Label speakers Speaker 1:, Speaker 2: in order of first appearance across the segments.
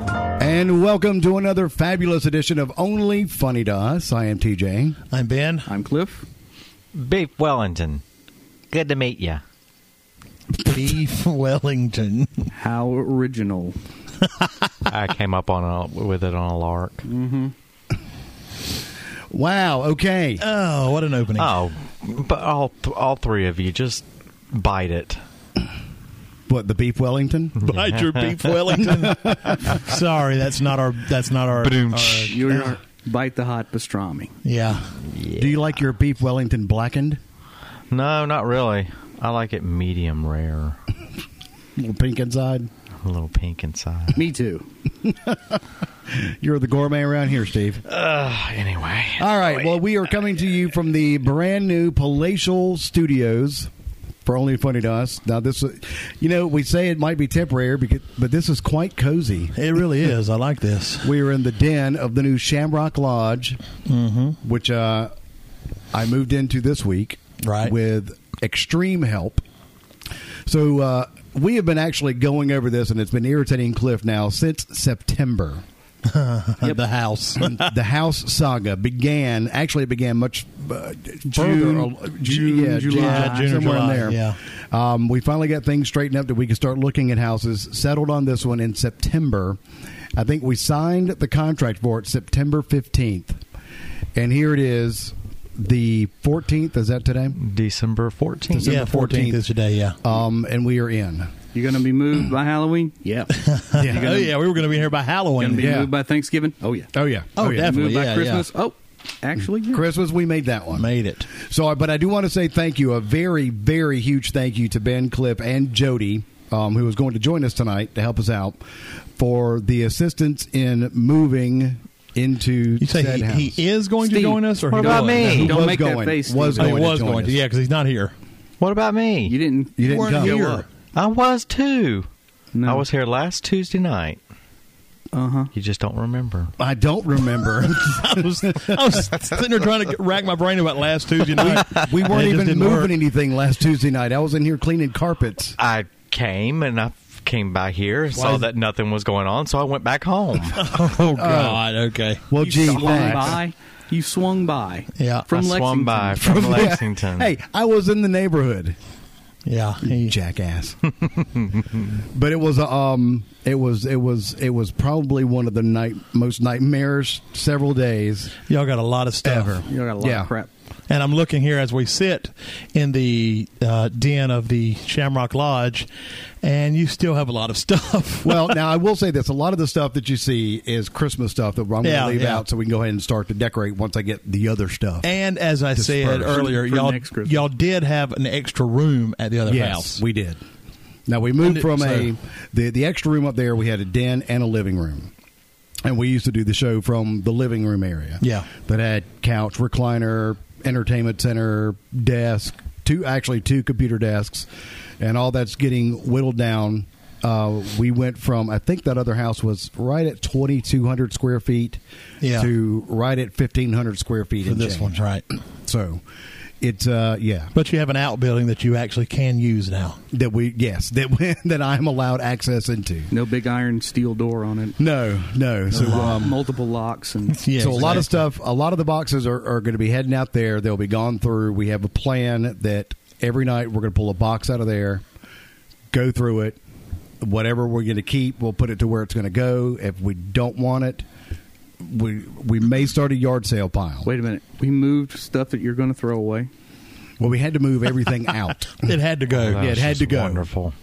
Speaker 1: And welcome to another fabulous edition of Only Funny to Us. I am TJ.
Speaker 2: I'm Ben.
Speaker 3: I'm Cliff.
Speaker 4: Beef Wellington. Good to meet you.
Speaker 2: Beef Wellington.
Speaker 3: How original.
Speaker 4: I came up on a, with it on a lark.
Speaker 1: Wow. Okay.
Speaker 2: Oh, what an opening.
Speaker 4: Oh, but all all three of you just bite it.
Speaker 1: What the beef Wellington?
Speaker 2: Bite your beef Wellington. Sorry, that's not our. That's not our. our
Speaker 4: Ba-doom-tsh.
Speaker 3: You're bite the hot pastrami.
Speaker 2: yeah.
Speaker 1: Do you like your beef Wellington blackened,
Speaker 4: No, not really. I like it medium rare,
Speaker 1: little pink inside?
Speaker 4: a little pink inside.
Speaker 3: Me too.
Speaker 1: You're the gourmet around here, Steve.
Speaker 4: Ugh, anyway,
Speaker 1: All right. Well, we are coming to you from the brand new Palatial Studios for Only Funny to Us. Now, this, you know, we say it might be temporary, because, but this is quite cozy.
Speaker 2: It really is. I like this.
Speaker 1: We are in the den of the new Shamrock Lodge, which uh, I moved into this week,
Speaker 2: Right.
Speaker 1: With extreme help. So uh, we have been actually going over this, and it's been irritating Cliff now since September.
Speaker 2: The house.
Speaker 1: the house saga began. Actually, it began much uh,
Speaker 3: Further,
Speaker 1: June,
Speaker 3: uh, June,
Speaker 1: yeah,
Speaker 3: July.
Speaker 2: Yeah, June or
Speaker 1: somewhere
Speaker 2: July,
Speaker 1: in there.
Speaker 2: yeah.
Speaker 1: Um, we finally got things straightened up that we could start looking at houses. Settled on this one in September. I think we signed the contract for it September fifteenth, and here it is, the fourteenth. Is that today?
Speaker 4: December fourteenth.
Speaker 2: yeah, 14th is today, yeah.
Speaker 1: Um, and we are in.
Speaker 3: You're going to be moved by Halloween? Yep.
Speaker 1: Yeah.
Speaker 2: oh, yeah, we were going to be here by
Speaker 3: Going to
Speaker 2: Halloween.
Speaker 3: be
Speaker 1: Yeah.
Speaker 3: moved by Thanksgiving? Oh, yeah.
Speaker 1: Oh yeah.
Speaker 2: Oh,
Speaker 1: yeah.
Speaker 2: definitely.
Speaker 3: Moved by
Speaker 2: yeah,
Speaker 3: Christmas? Oh, actually, yeah.
Speaker 1: Christmas, we made that one.
Speaker 2: Made it.
Speaker 1: So, I- but I do want to say thank you, a very, very huge thank you to Ben Clip and Jody, um, who is going to join us tonight to help us out for the assistance in moving into
Speaker 2: You say
Speaker 1: said house.
Speaker 2: he, he is going
Speaker 3: Steve,
Speaker 2: to join us, or
Speaker 4: what
Speaker 2: he
Speaker 4: about
Speaker 2: was?
Speaker 4: me?
Speaker 1: He
Speaker 3: Don't
Speaker 1: was
Speaker 3: make that
Speaker 1: going,
Speaker 3: face,
Speaker 1: Was
Speaker 3: Steve.
Speaker 1: going
Speaker 2: Oh, he was
Speaker 1: to join
Speaker 2: going to,
Speaker 1: us.
Speaker 2: yeah, because he's not here.
Speaker 4: What about me?
Speaker 3: You didn't.
Speaker 1: You didn't
Speaker 2: Weren't
Speaker 1: come.
Speaker 2: here.
Speaker 3: up.
Speaker 4: I was too.
Speaker 3: No.
Speaker 4: I was here last Tuesday night.
Speaker 3: Uh huh.
Speaker 4: You just don't remember.
Speaker 1: I don't remember.
Speaker 2: I was, I was sitting there trying to rack my brain about last Tuesday night.
Speaker 1: we
Speaker 2: And it
Speaker 1: weren't
Speaker 2: just
Speaker 1: even
Speaker 2: didn't
Speaker 1: moving
Speaker 2: work.
Speaker 1: anything last Tuesday night. I was in here cleaning carpets.
Speaker 4: I came and I came by here, and saw
Speaker 2: is-
Speaker 4: that nothing was going on, so I went back home.
Speaker 2: Oh God. okay.
Speaker 1: Well,
Speaker 3: you
Speaker 1: Oh, gee,
Speaker 3: swung
Speaker 1: thanks.
Speaker 3: by. You swung by.
Speaker 2: Yeah.
Speaker 4: I
Speaker 3: From
Speaker 4: swung
Speaker 3: Lexington.
Speaker 4: by from Lexington.
Speaker 1: Hey, I was in the neighborhood.
Speaker 2: Yeah. He,
Speaker 1: jackass. but it was um, it was it was it was probably one of the night most nightmarish several days
Speaker 2: y'all got a lot of stuff.
Speaker 1: ever.
Speaker 3: You got a lot
Speaker 1: Yeah.
Speaker 3: of crap.
Speaker 2: And I'm looking here as we sit in the uh, den of the Shamrock Lodge, and you still have a lot of stuff.
Speaker 1: well, now I will say this: a lot of the stuff that you see is Christmas stuff that I'm going to
Speaker 2: Yeah,
Speaker 1: leave
Speaker 2: yeah.
Speaker 1: out, so we can go ahead and start to decorate once I get the other stuff.
Speaker 2: and as I said
Speaker 1: Dispersed.
Speaker 2: earlier,
Speaker 3: For
Speaker 2: y'all
Speaker 3: next Christmas.
Speaker 2: y'all did have an extra room at the other
Speaker 1: yes,
Speaker 2: house.
Speaker 1: we did. Now we moved
Speaker 2: And it-
Speaker 1: from a
Speaker 2: so-
Speaker 1: the the extra room up there. We had a den and a living room, and we used to do the show from the living room area.
Speaker 2: Yeah.
Speaker 1: that had couch, recliner, entertainment center, desk, two actually two computer desks, and all that's getting whittled down. Uh, we went from I think that other house was right at twenty two hundred square feet
Speaker 2: Yeah.
Speaker 1: to right at fifteen hundred square feet
Speaker 2: for
Speaker 1: and
Speaker 2: this one,
Speaker 1: change.
Speaker 2: right?
Speaker 1: So it's uh yeah
Speaker 2: But you have an outbuilding that you actually can use now.
Speaker 1: that we yes that we, that I'm allowed access into.
Speaker 3: No big iron steel door on it.
Speaker 1: No, no. So um,
Speaker 3: Multiple locks and
Speaker 2: Yeah,
Speaker 1: so a lot
Speaker 2: exactly.
Speaker 1: of stuff, a lot of the boxes are, are going to be heading out there. They'll be gone through. We have a plan that every night we're going to pull a box out of there, go through it. Whatever we're going to keep, we'll put it to where it's going to go. If we don't want it, we we may start a yard sale pile.
Speaker 3: Wait a minute. We moved stuff that you're going to throw away.
Speaker 1: Well, we had to move everything out,
Speaker 2: It had to go.
Speaker 4: That
Speaker 1: Yeah, it
Speaker 4: was
Speaker 1: had
Speaker 4: just
Speaker 1: to go.
Speaker 4: Oh, Wonderful.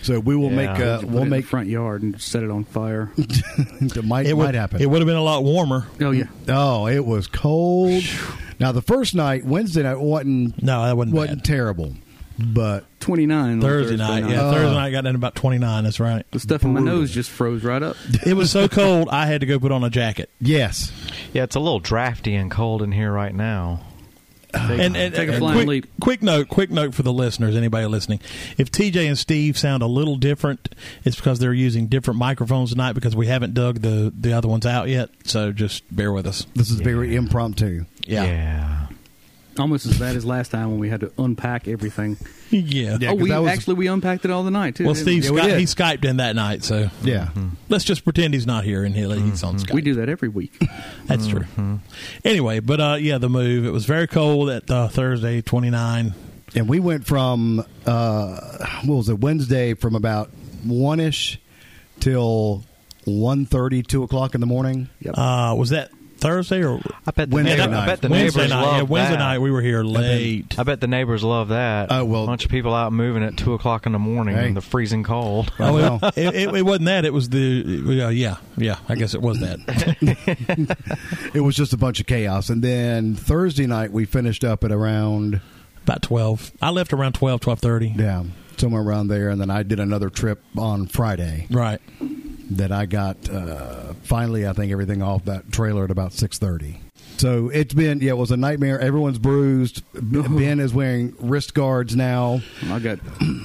Speaker 1: so we will
Speaker 4: Yeah.
Speaker 1: make uh,
Speaker 3: Put it
Speaker 1: we'll
Speaker 3: in the
Speaker 1: make
Speaker 3: front yard and set it on fire.
Speaker 1: it might
Speaker 2: It would
Speaker 1: might happen.
Speaker 2: It would have been a lot warmer.
Speaker 3: oh yeah.
Speaker 1: Oh, it was cold. Now the first night, Wednesday night, wasn't
Speaker 2: No, that wasn't
Speaker 1: wasn't
Speaker 2: bad.
Speaker 1: terrible, but
Speaker 3: 29 on
Speaker 2: Thursday, night, yeah.
Speaker 1: Oh.
Speaker 2: Thursday night got down to about twenty nine. That's right.
Speaker 3: The stuff in my nose just froze right up.
Speaker 2: It was so cold, I had to go put on a jacket.
Speaker 1: yes,
Speaker 4: Yeah, it's a little drafty and cold in here right now.
Speaker 2: And, and
Speaker 3: Take a
Speaker 2: and
Speaker 3: flying
Speaker 2: quick,
Speaker 3: leap.
Speaker 2: quick note, quick note for the listeners, anybody listening. If TJ and Steve sound a little different, it's because they're using different microphones tonight because we haven't dug the the other ones out yet. So just bear with us.
Speaker 1: this is very impromptu.
Speaker 4: Yeah.
Speaker 3: almost as bad as last time when we had to unpack everything.
Speaker 2: Yeah.
Speaker 1: Yeah.
Speaker 3: oh,
Speaker 1: 'cause
Speaker 3: we
Speaker 1: that was-
Speaker 3: actually we unpacked it all the night too.
Speaker 2: Well,
Speaker 3: didn't
Speaker 2: Steve
Speaker 1: we
Speaker 2: Sky-
Speaker 1: did.
Speaker 2: he Skyped in that night, so
Speaker 1: Yeah.
Speaker 2: let's just pretend he's not here and he, he's on Skype.
Speaker 3: we? we do that every week.
Speaker 2: That's true. Anyway, but uh, yeah, the move. It was very cold at uh, Thursday, 29.
Speaker 1: And we went from uh, what was it Wednesday from about one ish till 1.30, 2 o'clock in the morning.
Speaker 3: Yep.
Speaker 2: Uh, was that Thursday or
Speaker 4: I bet the,
Speaker 1: Wednesday
Speaker 4: neighbor,
Speaker 1: night.
Speaker 4: I bet the
Speaker 2: Wednesday
Speaker 4: neighbors
Speaker 2: night?
Speaker 4: love
Speaker 2: yeah, Wednesday
Speaker 4: that.
Speaker 2: night we were here late.
Speaker 4: I bet the neighbors love that.
Speaker 1: Oh, well-
Speaker 4: a bunch of people out moving at two o'clock in the morning
Speaker 1: Hey.
Speaker 4: in the freezing cold.
Speaker 1: I
Speaker 2: oh,
Speaker 1: know.
Speaker 2: it, it, it wasn't that. It was the uh, yeah, yeah. I guess it was that.
Speaker 1: It was just a bunch of chaos. And then Thursday night, we finished up at around,
Speaker 2: About twelve. I left around 12, 12.30.
Speaker 1: yeah, somewhere around there. And then I did another trip on Friday
Speaker 2: Right.
Speaker 1: that I got uh, finally, I think, everything off that trailer at about 6.30. So it's been, yeah, it was a nightmare. Everyone's bruised. B- Ben is wearing wrist guards now.
Speaker 3: I got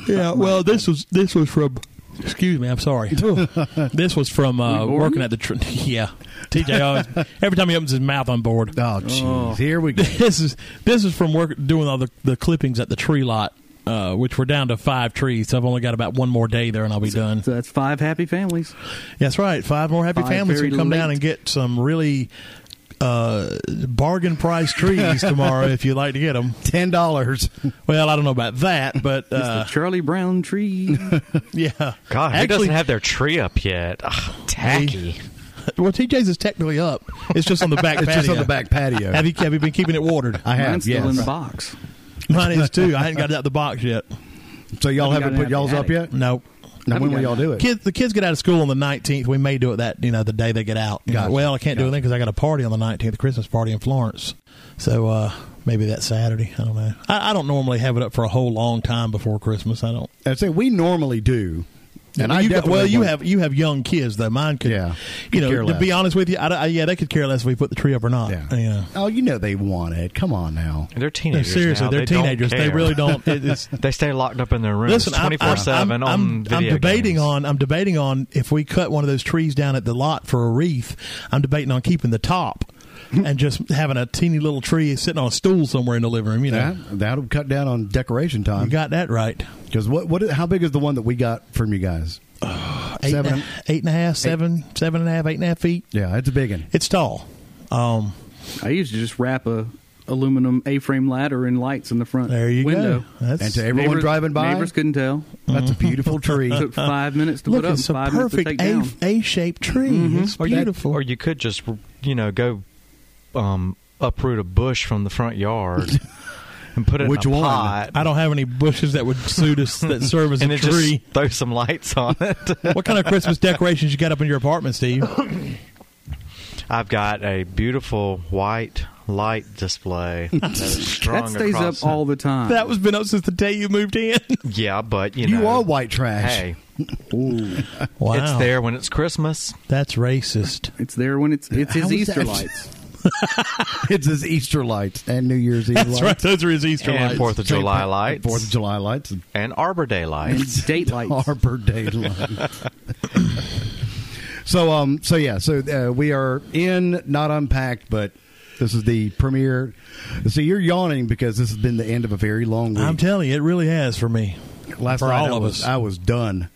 Speaker 2: Yeah. Well, this was this was from. Oh. Excuse me. I'm sorry. this was from uh,
Speaker 3: We bored?
Speaker 2: working at the. Tr- yeah. TJ always. Every time he opens his mouth, I'm bored.
Speaker 1: Oh, jeez.
Speaker 3: Oh.
Speaker 1: Here we go.
Speaker 2: this is this is from work doing all the, the clippings at the tree lot, uh, which we're down to five trees. So I've only got about one more day there, and I'll be done.
Speaker 3: so that's five happy families.
Speaker 2: That's right. Five more happy
Speaker 3: Five
Speaker 2: families
Speaker 3: very
Speaker 2: can come
Speaker 3: late.
Speaker 2: down and get some really uh, bargain price trees tomorrow if you'd like to get them.
Speaker 1: $10.
Speaker 2: Well, I don't know about that, but
Speaker 3: It's
Speaker 2: uh,
Speaker 3: the Charlie Brown tree.
Speaker 2: yeah.
Speaker 4: God, who
Speaker 2: Actually-
Speaker 4: doesn't have their tree up yet? Ugh, tacky.
Speaker 2: Well, TJ's is technically up. It's just on the back.
Speaker 1: It's
Speaker 2: patio.
Speaker 1: just on the back patio.
Speaker 2: Have you have you been keeping it watered?
Speaker 1: I have,
Speaker 3: Mine's still
Speaker 1: yes.
Speaker 3: in the box.
Speaker 2: Mine is too. I hadn't got it out the box yet.
Speaker 1: So y'all
Speaker 3: Haven't
Speaker 1: haven't
Speaker 3: gotten
Speaker 1: put y'all's
Speaker 3: out
Speaker 1: up
Speaker 3: the
Speaker 1: yet?
Speaker 2: Nope.
Speaker 1: Now when
Speaker 3: Haven't
Speaker 1: will y'all
Speaker 3: gotten
Speaker 1: do it?
Speaker 2: Kids, the kids get out of school on the nineteenth. We may do it that you know the day they get out. You know,
Speaker 1: Gotcha.
Speaker 2: Well, I can't do
Speaker 1: Gotcha.
Speaker 2: anything because I got a party on the nineteenth, a Christmas party in Florence. So uh, maybe that Saturday. I don't know. I, I don't normally have it up for a whole long time before Christmas. I don't.
Speaker 1: I say we normally do, and I
Speaker 2: you got-
Speaker 1: definitely
Speaker 2: well, you
Speaker 1: won't.
Speaker 2: have you have young kids though. Mine could,
Speaker 1: Yeah.
Speaker 2: you
Speaker 1: Could care
Speaker 2: know, to be
Speaker 1: less.
Speaker 2: honest with you, I, don't- I- yeah, they could care less if we put the tree up or not.
Speaker 1: Yeah.
Speaker 2: You know.
Speaker 1: Oh, you know they want it. Come on now.
Speaker 4: They're
Speaker 2: No,
Speaker 4: teenagers.
Speaker 2: seriously,
Speaker 4: now.
Speaker 2: they're
Speaker 4: They don't
Speaker 2: teenagers. They
Speaker 4: care.
Speaker 2: really don't. It, it's,
Speaker 4: They stay locked up in their rooms
Speaker 2: Listen, I'm-
Speaker 4: twenty four
Speaker 2: I'm,
Speaker 4: seven on
Speaker 2: I'm, I'm,
Speaker 4: video
Speaker 2: I'm debating
Speaker 4: games.
Speaker 2: on. I'm debating on if we cut one of those trees down at the lot for a wreath. I'm debating on keeping the top and just having a teeny little tree sitting on a stool somewhere in the living room. You know,
Speaker 1: That that'll cut down on decoration
Speaker 2: you
Speaker 1: time.
Speaker 2: got that right.
Speaker 1: Because what what? How big is the one that we got from you guys?
Speaker 2: Eight,
Speaker 1: Seven
Speaker 2: and- eight and a half, seven, seven and a half, eight and a half feet.
Speaker 1: Yeah, it's a big one.
Speaker 2: It's tall. Um,
Speaker 3: I used to just wrap a aluminum A-frame ladder and lights in the front
Speaker 2: there you
Speaker 3: window.
Speaker 2: go. That's
Speaker 1: And to everyone
Speaker 3: Neighbors-
Speaker 1: driving by,
Speaker 3: neighbors couldn't tell.
Speaker 1: that's a beautiful tree.
Speaker 3: Took five minutes to
Speaker 2: Uh-huh. look.
Speaker 3: put up,
Speaker 2: It's a
Speaker 3: five minutes to take
Speaker 2: perfect A
Speaker 3: down.
Speaker 2: A shaped tree. It's
Speaker 4: Or you-
Speaker 2: beautiful.
Speaker 4: Or you, could just you know go um, uproot a bush from the front yard and put it
Speaker 1: Which
Speaker 4: in a
Speaker 1: one?
Speaker 4: pot.
Speaker 2: I don't have any bushes that would suit us that serve as
Speaker 4: and
Speaker 2: a
Speaker 4: it
Speaker 2: tree.
Speaker 4: just throw some lights on it.
Speaker 2: what kind of Christmas decorations you got up in your apartment, Steve?
Speaker 4: I've got a beautiful white light display that, is strung
Speaker 3: That stays up
Speaker 4: across
Speaker 3: all the time.
Speaker 2: That was been up since the day you moved in.
Speaker 4: Yeah, but you
Speaker 1: you
Speaker 4: know,
Speaker 1: are white trash.
Speaker 4: Hey,
Speaker 3: Ooh.
Speaker 2: Wow,
Speaker 4: it's there when it's Christmas.
Speaker 2: That's racist.
Speaker 3: It's there when it's it's
Speaker 1: How
Speaker 3: his
Speaker 1: is
Speaker 3: Easter
Speaker 1: that-
Speaker 3: lights.
Speaker 1: It's his Easter lights and New Year's Eve
Speaker 2: That's right.
Speaker 1: lights,
Speaker 2: Those are his Easter
Speaker 4: And
Speaker 2: lights.
Speaker 4: Fourth of
Speaker 2: St.
Speaker 4: July
Speaker 2: Pa-
Speaker 4: lights.
Speaker 1: Fourth of July lights, and
Speaker 4: and Arbor Day
Speaker 3: And
Speaker 4: lights.
Speaker 3: date lights.
Speaker 1: Arbor Day lights. so um, so yeah, so uh, we are in not unpacked, but. This is the premiere. So you're yawning because this has been the end of a very long week.
Speaker 2: I'm telling you, it really has for me.
Speaker 1: last
Speaker 2: for
Speaker 1: night
Speaker 2: all
Speaker 1: I
Speaker 2: of
Speaker 1: was,
Speaker 2: us.
Speaker 1: I was done.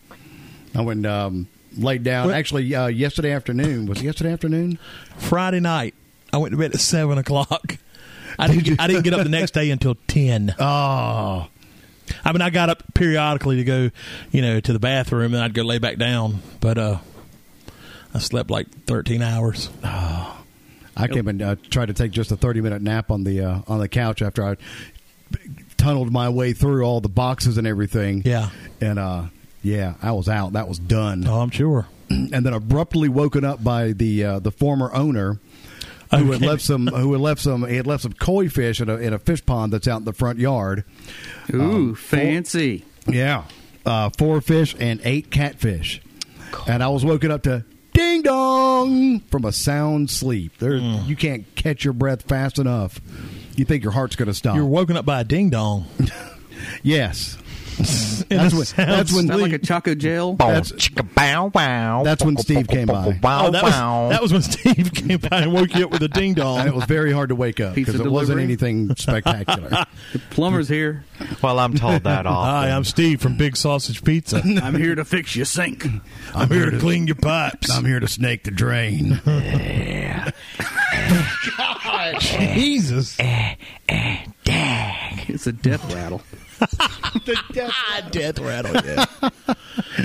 Speaker 1: I went um, laid down.
Speaker 2: What?
Speaker 1: Actually, uh, yesterday afternoon was it yesterday afternoon.
Speaker 2: Friday night, I went to bed at seven o'clock. I didn't. get, I didn't get up the next day until ten.
Speaker 1: Oh,
Speaker 2: I mean, I got up periodically to go, you know, to the bathroom, and I'd go lay back down. But uh, I slept like thirteen hours.
Speaker 1: I came and uh, tried to take just a thirty minute nap on the uh, on the couch after I tunneled my way through all the boxes and everything.
Speaker 2: Yeah.
Speaker 1: and uh, yeah, I was out. That was done.
Speaker 2: Oh, I'm sure.
Speaker 1: and then abruptly woken up by the uh, the former owner who had
Speaker 2: Okay.
Speaker 1: left some who had left some he had left some koi fish in a, in a fish pond that's out in the front yard.
Speaker 3: Ooh,
Speaker 1: Um,
Speaker 3: fancy.
Speaker 1: Yeah, uh, four fish and eight catfish, and I was woken up to ding dong from a sound sleep. There, you can't catch your breath fast
Speaker 2: Oh.
Speaker 1: enough. You think your heart's going to stop?
Speaker 2: You're woken up by a ding dong.
Speaker 1: yes. That's when, that's when
Speaker 3: Is that like a choco gel?
Speaker 1: That's-
Speaker 4: chicka bow wow.
Speaker 1: that's when Steve came by.
Speaker 4: Wow
Speaker 2: Oh, that was, that was when Steve came by and woke you up with a ding
Speaker 1: and it
Speaker 2: dong.
Speaker 1: was very hard to wake up
Speaker 3: Pizza
Speaker 1: because it wasn't
Speaker 3: delivery?
Speaker 1: anything spectacular.
Speaker 3: The plumber's here.
Speaker 4: Well, I'm told that often.
Speaker 2: Hi, I'm Steve from Big Sausage Pizza.
Speaker 3: I'm here to fix your sink.
Speaker 2: I'm here to clean your pipes.
Speaker 1: I'm here to snake the drain.
Speaker 2: Jesus.
Speaker 3: It's a death rattle.
Speaker 2: Death rattle, yeah.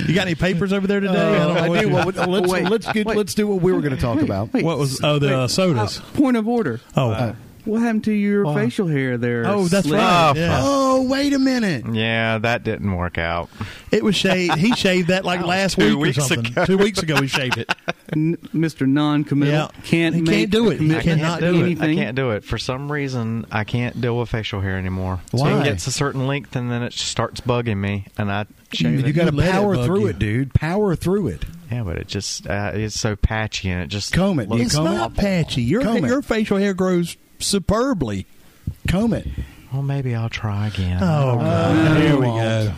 Speaker 2: You got any papers over there today? I don't know what
Speaker 1: Uh, I do.
Speaker 2: you-
Speaker 1: Well, let's,
Speaker 3: Wait,
Speaker 1: let's, get,
Speaker 3: wait.
Speaker 1: let's do what we were going to talk about.
Speaker 3: Wait,
Speaker 2: What was oh the uh, sodas?
Speaker 3: uh, point of order.
Speaker 2: Oh,
Speaker 3: What happened to your facial hair there?
Speaker 2: oh, that's
Speaker 3: Slick?
Speaker 2: right.
Speaker 4: Oh,
Speaker 2: yeah.
Speaker 1: Oh, wait a minute.
Speaker 4: yeah, that didn't work out.
Speaker 2: It was shaved. He shaved that like last
Speaker 4: two
Speaker 2: week
Speaker 4: weeks
Speaker 2: or something.
Speaker 4: ago.
Speaker 2: Two weeks ago, he shaved it.
Speaker 3: N- Mr. Non-committal
Speaker 2: Yeah.
Speaker 3: can't
Speaker 2: He
Speaker 3: make
Speaker 2: can't do it. He
Speaker 4: I
Speaker 3: commitment
Speaker 4: can't
Speaker 2: cannot
Speaker 3: to
Speaker 4: do it.
Speaker 3: anything.
Speaker 4: I can't do it. For some reason, I can't deal with facial hair anymore. So
Speaker 1: Why?
Speaker 4: it gets a certain length, and then it starts bugging me, and I shave
Speaker 1: You
Speaker 4: it.
Speaker 1: got to
Speaker 2: let it
Speaker 1: power
Speaker 2: bug
Speaker 1: through
Speaker 2: you.
Speaker 1: it, dude. Power through it.
Speaker 4: Yeah, but it just uh, it's so patchy, and it just
Speaker 1: Comb it.
Speaker 4: looks-
Speaker 1: You
Speaker 2: It's
Speaker 1: comb
Speaker 2: not
Speaker 1: it?
Speaker 2: patchy. Your
Speaker 1: Comb it.
Speaker 2: your facial hair grows superbly.
Speaker 1: Comb it.
Speaker 4: Well, maybe I'll try again.
Speaker 2: Oh, God. here we go.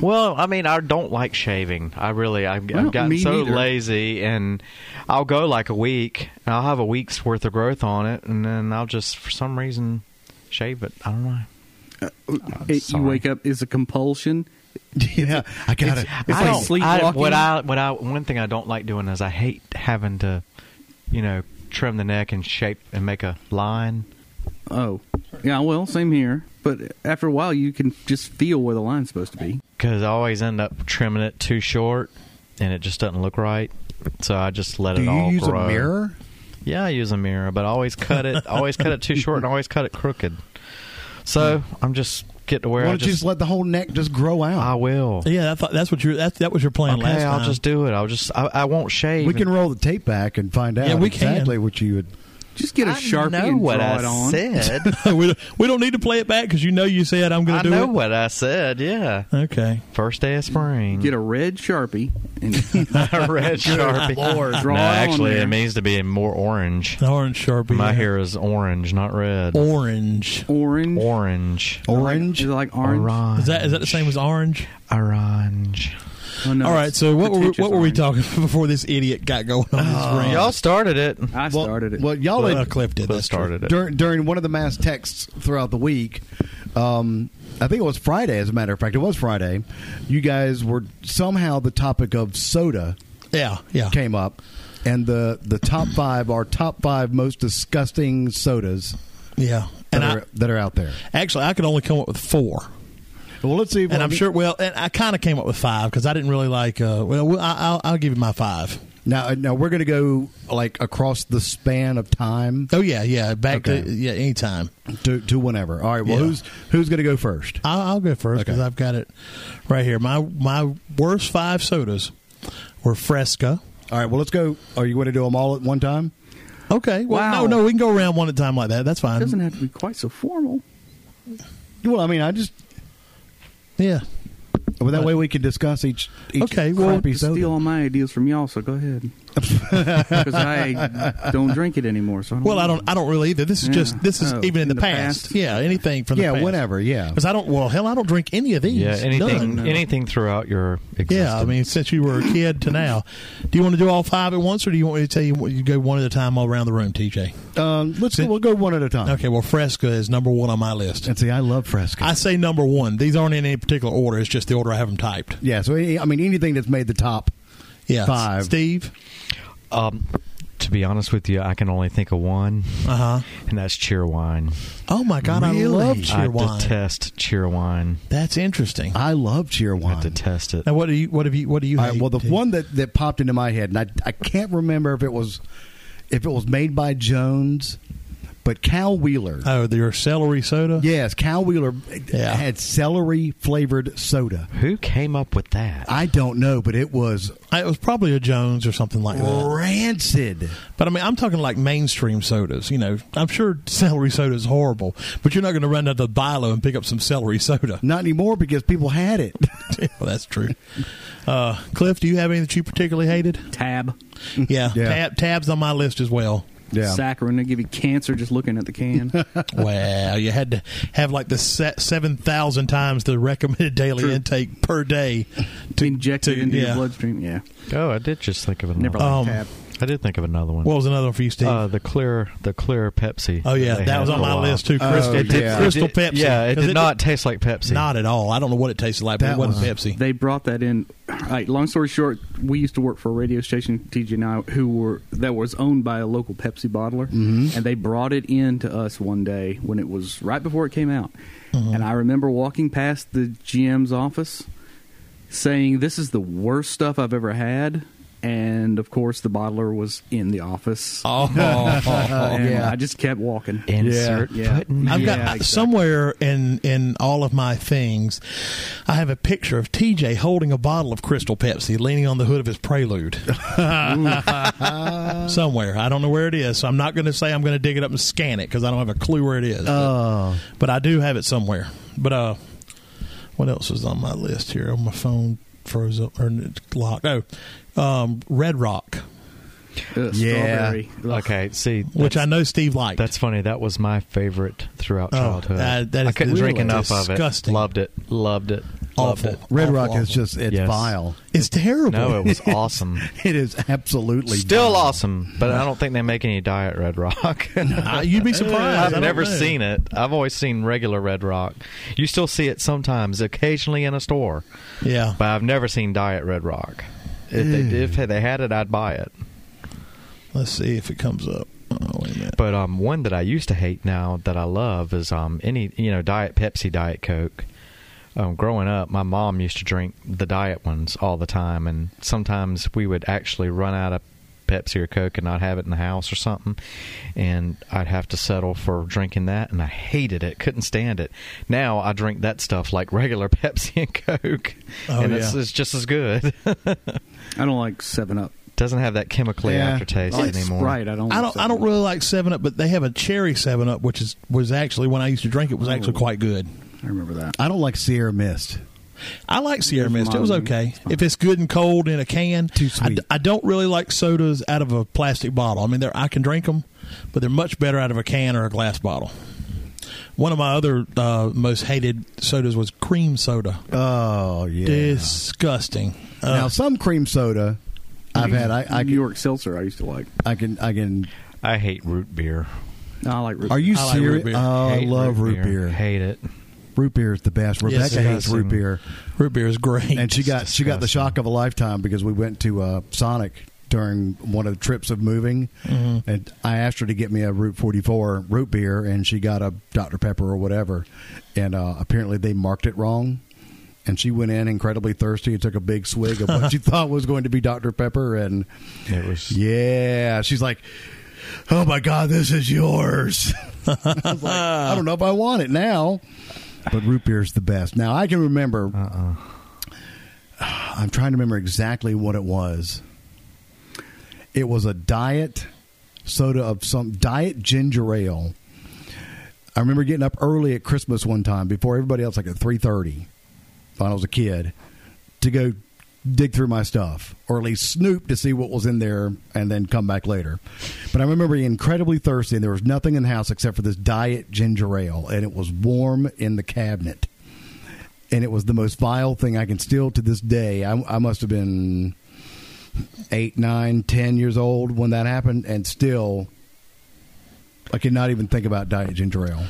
Speaker 4: Well, I mean, I don't like shaving. I really, I've,
Speaker 3: Well,
Speaker 4: I've gotten
Speaker 3: me
Speaker 4: so
Speaker 3: neither.
Speaker 4: lazy, and I'll go like a week, and I'll have a week's worth of growth on it, and then I'll just, for some reason, shave it. I don't know.
Speaker 3: It- you
Speaker 4: Sorry.
Speaker 3: wake up is a compulsion.
Speaker 1: Yeah, I got it.
Speaker 3: It's
Speaker 4: I
Speaker 3: like
Speaker 4: don't- I,
Speaker 3: sleepwalking.
Speaker 4: what I, what I, one thing I don't like doing is I hate having to, you know, trim the neck and shape and make a line.
Speaker 3: Oh, yeah. Well, same here. But after a while, you can just feel where the line's supposed to be.
Speaker 4: because I always end up trimming it too short, and it just doesn't look right. So I just let
Speaker 1: Do
Speaker 4: it
Speaker 1: you
Speaker 4: all
Speaker 1: use
Speaker 4: grow.
Speaker 1: a mirror?
Speaker 4: Yeah, I use a mirror, but I always cut it. I always cut it too short, and I always cut it crooked. So I'm just get to
Speaker 1: Why
Speaker 4: where I
Speaker 1: don't you
Speaker 4: just,
Speaker 1: just let the whole neck just grow
Speaker 4: I
Speaker 1: out?
Speaker 4: will.
Speaker 2: Yeah, I thought that's what your that, that was your plan
Speaker 4: okay,
Speaker 2: last
Speaker 4: I'll
Speaker 2: time.
Speaker 4: just do it. I'll just I, I won't shave.
Speaker 1: we can
Speaker 4: and-
Speaker 1: roll the tape back and find out
Speaker 2: Yeah, we can.
Speaker 1: exactly what you would.
Speaker 3: Just get a
Speaker 4: I
Speaker 3: sharpie
Speaker 4: know
Speaker 3: and
Speaker 4: what
Speaker 3: draw
Speaker 4: I
Speaker 3: it on.
Speaker 4: said.
Speaker 2: we, don't, we don't need to play it back because you know you said I'm going
Speaker 4: I
Speaker 2: to do
Speaker 4: know
Speaker 2: it.
Speaker 4: what I said. Yeah,
Speaker 2: Okay.
Speaker 4: first day of spring.
Speaker 3: Get a red sharpie and
Speaker 4: a red sharpie.
Speaker 3: draw
Speaker 4: no,
Speaker 3: it on
Speaker 4: actually,
Speaker 3: there.
Speaker 4: it means to be more orange.
Speaker 2: The orange sharpie.
Speaker 4: My
Speaker 2: yeah.
Speaker 4: hair is orange, not red.
Speaker 2: Orange.
Speaker 3: orange.
Speaker 4: Orange.
Speaker 1: Orange?
Speaker 3: Is it like orange?
Speaker 4: Orange.
Speaker 2: Is that is that the same as orange?
Speaker 4: orange?
Speaker 3: Oh, no,
Speaker 2: All right.
Speaker 3: it's
Speaker 2: So what were we,
Speaker 3: pretentious
Speaker 2: what were we
Speaker 3: orange.
Speaker 2: talking before this idiot got going on this rant?
Speaker 4: Y'all started it.
Speaker 3: I
Speaker 1: Well,
Speaker 3: started it.
Speaker 1: Well, y'all
Speaker 2: Well,
Speaker 1: had-
Speaker 2: Cliff Uh, did.
Speaker 4: Cliff
Speaker 2: that's true.
Speaker 4: started it.
Speaker 1: during during one of the mass texts throughout the week. Um, I think it was Friday. As a matter of fact, it was Friday. You guys were somehow the topic of soda
Speaker 2: Yeah. Yeah.
Speaker 1: came up, and the the top five are top five most disgusting sodas
Speaker 2: Yeah.
Speaker 1: that
Speaker 2: And I,
Speaker 1: are that are out there.
Speaker 2: actually, I could only come up with four.
Speaker 1: Well, let's see.
Speaker 2: And I'm sure. Well, and I kind of came up with five because I didn't really like. Uh, well, I, I'll, I'll give you my five.
Speaker 1: now uh, now we're going to go like across the span of time
Speaker 2: Oh yeah, yeah. Back
Speaker 1: Okay.
Speaker 2: to yeah. Anytime.
Speaker 1: to to whenever. All right. Well,
Speaker 2: Yeah.
Speaker 1: who's who's going to go first?
Speaker 2: I'll, I'll go first because
Speaker 1: Okay.
Speaker 2: I've got it right here. My my worst five sodas were Fresca.
Speaker 1: All right. Well, let's go. Are you going to do them all at one time?
Speaker 2: Okay. Well,
Speaker 3: Wow.
Speaker 2: no, no, we can go around one at a time like that. That's
Speaker 3: It
Speaker 2: fine.
Speaker 3: doesn't have to be quite so formal.
Speaker 1: Well, I mean, I just
Speaker 2: yeah.
Speaker 1: Well, that way we can discuss each, each
Speaker 2: Okay, well-
Speaker 1: crappy
Speaker 3: Just
Speaker 1: soda.
Speaker 3: steal all my ideas from y'all, so go ahead. Because I don't drink it anymore. So I don't
Speaker 2: Well, I
Speaker 3: know.
Speaker 2: don't. I don't really either. This is
Speaker 3: Yeah.
Speaker 2: just. This is
Speaker 3: Oh,
Speaker 2: even in,
Speaker 3: in
Speaker 2: the,
Speaker 3: the
Speaker 2: past.
Speaker 3: past?
Speaker 2: Yeah. Anything from
Speaker 1: yeah,
Speaker 2: the past.
Speaker 1: whatever. Yeah.
Speaker 2: Because I don't. Well, hell, I don't drink any of these.
Speaker 4: Yeah, anything,
Speaker 2: None.
Speaker 4: anything throughout your existence.
Speaker 2: Yeah, I mean, since you were a kid to now, do you want to do all five at once, or do you want me to tell you what you go one at a time all around the room, TJ?
Speaker 1: Um, let's go, we'll go one at a time.
Speaker 2: Okay, well, Fresca is number one on my list.
Speaker 1: And see, I love Fresca.
Speaker 2: I say number one. These aren't in any particular order. It's just the order I have them typed.
Speaker 1: yeah. So I mean, anything that's made the top.
Speaker 2: Yeah,
Speaker 1: Five.
Speaker 2: Steve.
Speaker 4: um, to be honest with you, I can only think of one,
Speaker 2: Uh huh.
Speaker 4: and that's cheer wine.
Speaker 2: Oh my God, I
Speaker 1: Uh-huh. Really?
Speaker 2: love cheer
Speaker 4: I
Speaker 2: wine.
Speaker 4: detest cheer wine.
Speaker 2: That's interesting.
Speaker 1: I love cheer
Speaker 4: I
Speaker 1: wine.
Speaker 4: detest it.
Speaker 2: Now, what do you? What have you? What do you?
Speaker 1: All right,
Speaker 2: hate,
Speaker 1: well, the
Speaker 2: T.J.?
Speaker 1: one that, that popped into my head, and I, I can't remember if it was if it was made by Jones, but Cal Wheeler.
Speaker 2: Oh, your celery soda.
Speaker 1: yes, Cal Wheeler
Speaker 2: Yeah.
Speaker 1: had celery flavored soda.
Speaker 4: Who came up with that?
Speaker 1: I don't know, but it was
Speaker 2: I- it was probably a Jones or something like that.
Speaker 1: rancid.
Speaker 2: But I mean, I'm talking like mainstream sodas. You know, I'm sure celery soda is horrible, but you're not going to run down to Bilo and pick up some celery soda.
Speaker 1: Not anymore because people had it.
Speaker 2: well, that's true. Uh, Cliff, do you have any that you particularly hated?
Speaker 3: tab.
Speaker 2: Yeah,
Speaker 1: Yeah.
Speaker 2: Tab, tabs on my list as well.
Speaker 1: Yeah.
Speaker 3: Saccharin. They give you cancer just looking at the can.
Speaker 2: Well, you had to have like the se- seven thousand times the recommended daily
Speaker 3: True.
Speaker 2: intake per day
Speaker 3: to inject it
Speaker 2: to-
Speaker 3: into
Speaker 2: yeah.
Speaker 3: your bloodstream. Yeah.
Speaker 4: Oh, I did just think of another.
Speaker 3: Never
Speaker 4: one.
Speaker 2: Um,
Speaker 3: like tab.
Speaker 4: I did think of another one.
Speaker 2: What was another one for you, Steve?
Speaker 4: uh, the clear, the clear Pepsi.
Speaker 2: oh yeah,
Speaker 4: they
Speaker 2: that
Speaker 4: had
Speaker 2: was on
Speaker 4: for a
Speaker 2: my
Speaker 4: while.
Speaker 2: list too.
Speaker 1: Oh,
Speaker 2: Crystal,
Speaker 1: yeah.
Speaker 2: Crystal
Speaker 4: It did-
Speaker 2: Pepsi.
Speaker 4: Yeah, it
Speaker 2: 'Cause
Speaker 4: did not taste like Pepsi.
Speaker 2: Not at all. I don't know what it tasted like. But
Speaker 1: That
Speaker 2: it wasn't
Speaker 1: was-
Speaker 2: Pepsi.
Speaker 3: They brought that in. All right, long story short, we used to work for a radio station, TJ and I, who were that was owned by a local Pepsi bottler, and they brought it in to us one day when it was right before it came out. And I remember walking past the GM's office, saying, "This is the worst stuff I've ever had." And of course, the bottler was in the office.
Speaker 2: Oh,
Speaker 3: and
Speaker 1: yeah.
Speaker 3: I just kept walking.
Speaker 4: Insert
Speaker 3: Yeah.
Speaker 4: button.
Speaker 2: I've got
Speaker 3: Yeah, exactly.
Speaker 2: somewhere in in all of my things, I have a picture of TJ holding a bottle of Crystal Pepsi, leaning on the hood of his Prelude. somewhere, I don't know where it is, so I'm not going to say I'm going to dig it up and scan it because I don't have a clue where it is. But,
Speaker 4: Oh.
Speaker 2: but I do have it somewhere. But uh, what else is on my list here? Oh, my phone froze up or it's locked. Oh, um, Red Rock,
Speaker 3: Ugh,
Speaker 1: Yeah.
Speaker 3: strawberry. Ugh.
Speaker 4: Okay, see,
Speaker 2: which
Speaker 4: that's-
Speaker 2: I know Steve liked.
Speaker 4: That's funny. That was my favorite throughout
Speaker 2: Oh,
Speaker 4: childhood.
Speaker 2: that- that
Speaker 4: I
Speaker 2: is
Speaker 4: couldn't drink
Speaker 2: really
Speaker 4: enough
Speaker 2: disgusting.
Speaker 4: of it. Loved it. Loved it.
Speaker 2: awful.
Speaker 4: Loved it.
Speaker 1: Red
Speaker 2: Awful,
Speaker 1: Rock is
Speaker 2: awful.
Speaker 1: just it's
Speaker 4: Yes.
Speaker 1: vile.
Speaker 2: It's terrible.
Speaker 4: No, it was awesome.
Speaker 1: It is absolutely
Speaker 4: Still
Speaker 1: vile.
Speaker 4: awesome, but I don't think they make any diet Red Rock.
Speaker 2: Uh, you'd be surprised. I
Speaker 4: I've
Speaker 2: don't
Speaker 4: never
Speaker 2: know.
Speaker 4: seen it. I've always seen regular Red Rock. You still see it sometimes, occasionally in a store,
Speaker 2: Yeah.
Speaker 4: but I've never seen diet Red Rock. If they did-
Speaker 2: Mm.
Speaker 4: if they had it, I'd buy it.
Speaker 2: Let's see if it comes up. Oh, wait a minute.
Speaker 4: But um, one that I used to hate now that I love is um any you know Diet Pepsi, Diet Coke. Um, growing up, my mom used to drink the diet ones all the time, and sometimes we would actually run out of Pepsi or Coke and not have it in the house or something, and I'd have to settle for drinking that, and I hated it, couldn't stand it. Now I drink that stuff like regular Pepsi and Coke,
Speaker 2: Oh,
Speaker 4: and it's,
Speaker 2: yeah.
Speaker 4: it's just as good.
Speaker 3: I don't like Seven Up.
Speaker 4: Doesn't have that chemically
Speaker 1: Yeah.
Speaker 4: aftertaste
Speaker 3: I like
Speaker 4: anymore.
Speaker 3: Sprite. I don't.
Speaker 2: I
Speaker 3: like
Speaker 2: don't. I
Speaker 3: 7
Speaker 2: don't
Speaker 3: Up.
Speaker 2: really like Seven Up, but they have a cherry Seven Up, which is was actually when I used to drink it was actually quite good.
Speaker 3: I remember that.
Speaker 1: I don't like Sierra Mist.
Speaker 2: I like Sierra
Speaker 3: It's
Speaker 2: Mist. It was
Speaker 3: mild.
Speaker 2: okay if it's good and cold in a can.
Speaker 1: Too
Speaker 2: I,
Speaker 1: sweet.
Speaker 2: I don't really like sodas out of a plastic bottle. I mean, they're, I can drink them, but they're much better out of a can or a glass bottle. One of my other uh, most hated sodas was cream soda.
Speaker 1: Oh yeah.
Speaker 2: Disgusting. Uh,
Speaker 1: now some cream soda I've had. I, I can
Speaker 3: New York Seltzer. I used to like.
Speaker 1: I can I can.
Speaker 4: I hate root beer.
Speaker 3: I like. root
Speaker 1: Are you
Speaker 2: I like root
Speaker 1: serious?
Speaker 2: beer.
Speaker 1: Oh, I
Speaker 4: Hate
Speaker 1: love root beer.
Speaker 4: Hate it.
Speaker 1: Root beer is the best. Rebecca
Speaker 2: Yes, it
Speaker 1: hates
Speaker 4: is.
Speaker 1: root beer,
Speaker 2: root beer is great.
Speaker 1: and she got she got the
Speaker 4: disgusting.
Speaker 1: shock of a lifetime because we went to uh, Sonic during one of the trips of moving, and I asked her to get me a Root Forty Four root beer, and she got a Dr Pepper or whatever, and uh, apparently they marked it wrong. And she went in incredibly thirsty and took a big swig of what she thought was going to be Dr. Pepper. And
Speaker 4: It was.
Speaker 1: yeah, she's like, oh my God, this is yours. I don't know if I want it now, but root beer's the best. Now I can remember. I'm trying to remember exactly what it was. It was a diet soda of some diet ginger ale. I remember getting up early at Christmas one time before everybody else, like at three thirty, when I was a kid, to go dig through my stuff or at least snoop to see what was in there and then come back later. But I remember being incredibly thirsty and there was nothing in the house except for this diet ginger ale and it was warm in the cabinet. And it was the most vile thing I can still to this day. I, I must have been eight, nine, ten years old when that happened, and still, I could not even think about diet ginger ale.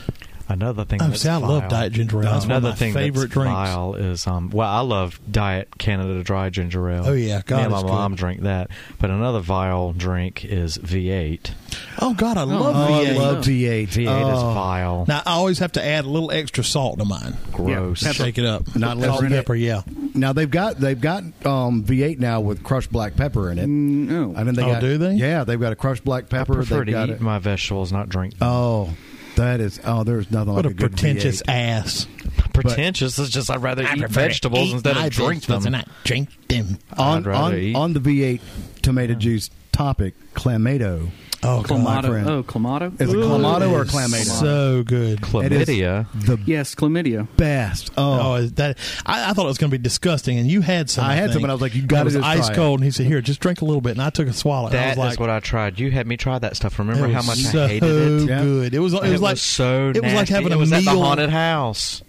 Speaker 4: Another thing.
Speaker 2: Oh,
Speaker 4: that's
Speaker 2: see, I love
Speaker 4: vile-
Speaker 2: diet ginger ale. That's one of
Speaker 4: Another
Speaker 2: my
Speaker 4: thing
Speaker 2: favorite
Speaker 4: that's
Speaker 2: drinks.
Speaker 4: vile is um. Well, I love diet Canada Dry ginger ale.
Speaker 2: Oh, yeah. God,
Speaker 4: Me and my
Speaker 2: it's good.
Speaker 4: mom drink that. But another vile drink is V8.
Speaker 2: Oh God, I love
Speaker 1: Oh,
Speaker 2: V8.
Speaker 1: I love V8.
Speaker 4: V8 is
Speaker 1: Oh.
Speaker 4: vile.
Speaker 2: Now I always have to add a little extra salt to mine.
Speaker 4: gross.
Speaker 3: Yeah, pepper.
Speaker 2: Shake it up.
Speaker 1: Not
Speaker 2: salt
Speaker 1: less
Speaker 2: and
Speaker 1: than-
Speaker 2: pepper. Yeah.
Speaker 1: Now they've got they've got um, V8 now with crushed black pepper in it.
Speaker 3: no.
Speaker 1: I mean, they
Speaker 2: Oh,
Speaker 1: got,
Speaker 2: do they?
Speaker 1: Yeah, they've got a crushed black
Speaker 4: I
Speaker 1: pepper.
Speaker 4: prefer
Speaker 1: they've
Speaker 4: to
Speaker 1: got
Speaker 4: eat
Speaker 1: it.
Speaker 4: my vegetables, not drink.
Speaker 2: Uh,
Speaker 4: them.
Speaker 1: oh, that is oh, there's nothing
Speaker 2: What
Speaker 1: like
Speaker 2: a
Speaker 1: good
Speaker 2: pretentious
Speaker 1: V8.
Speaker 2: ass.
Speaker 4: pretentious. It's just I'd rather eat vegetables instead of drink them.
Speaker 2: not drink them.
Speaker 1: on
Speaker 4: I'd rather
Speaker 1: on
Speaker 4: eat.
Speaker 1: on the V8 tomato juice topic, clamato.
Speaker 2: Oh,
Speaker 1: Come on,
Speaker 2: God.
Speaker 1: my
Speaker 3: Clamato.
Speaker 1: friend.
Speaker 3: Oh, clamato.
Speaker 1: Is it clamato or
Speaker 2: It's
Speaker 1: clamato?
Speaker 2: So good.
Speaker 1: It is
Speaker 4: Chlamydia.
Speaker 1: the
Speaker 3: Yes, chlamydia.
Speaker 1: best.
Speaker 2: Oh,
Speaker 1: Oh,
Speaker 2: is that I, I thought it was going to be disgusting, and you had some.
Speaker 1: I had
Speaker 2: think.
Speaker 1: some, and I was like, you gotta
Speaker 2: It was
Speaker 1: just
Speaker 2: ice
Speaker 1: try it.
Speaker 2: cold, and he said, "Here, just drink a little bit." And I took a swallow. and I
Speaker 4: That
Speaker 2: was
Speaker 4: is
Speaker 2: like,
Speaker 4: what I tried. You had me try that stuff. Remember
Speaker 2: it
Speaker 4: how
Speaker 2: was
Speaker 4: much
Speaker 2: so
Speaker 4: I hated it?
Speaker 1: Yeah.
Speaker 2: good. It was. It,
Speaker 4: It
Speaker 2: was like
Speaker 4: so.
Speaker 2: It was like
Speaker 4: nasty.
Speaker 2: having a
Speaker 4: It was
Speaker 2: meal
Speaker 4: at the haunted house.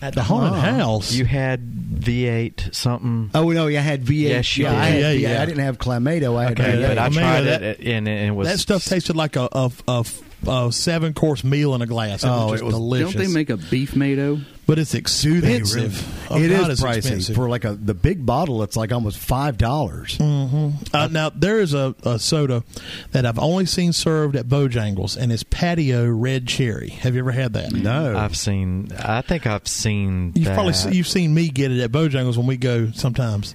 Speaker 2: at the haunted
Speaker 1: Oh.
Speaker 2: house.
Speaker 4: You had V8 something.
Speaker 1: oh no, yeah, I had VA.
Speaker 4: Yes, you
Speaker 1: yeah, I,
Speaker 4: did.
Speaker 1: had
Speaker 2: Yeah,
Speaker 1: VA.
Speaker 2: yeah.
Speaker 1: I didn't have clamato. I had
Speaker 2: Okay,
Speaker 1: VA.
Speaker 4: but I
Speaker 2: Omega,
Speaker 4: tried
Speaker 2: that-
Speaker 4: it, and it, it was
Speaker 2: that stuff tasted like a a, a, a seven course meal in a glass. It
Speaker 1: Oh,
Speaker 2: was, just
Speaker 1: it was-
Speaker 2: delicious.
Speaker 3: Don't they make a beef mayo?
Speaker 2: but it's
Speaker 1: They
Speaker 2: expensive.
Speaker 1: really-
Speaker 2: Oh,
Speaker 1: it
Speaker 2: God,
Speaker 1: is
Speaker 2: it's
Speaker 1: pricey
Speaker 2: expensive.
Speaker 1: for like a the big bottle. It's like almost five dollars.
Speaker 2: Uh, now there is a, a soda that I've only seen served at Bojangles, and it's patio red cherry. Have you ever had that?
Speaker 1: No,
Speaker 4: I've seen. I think I've seen.
Speaker 2: You've
Speaker 4: that.
Speaker 2: probably se- you've seen me get it at Bojangles when we go sometimes,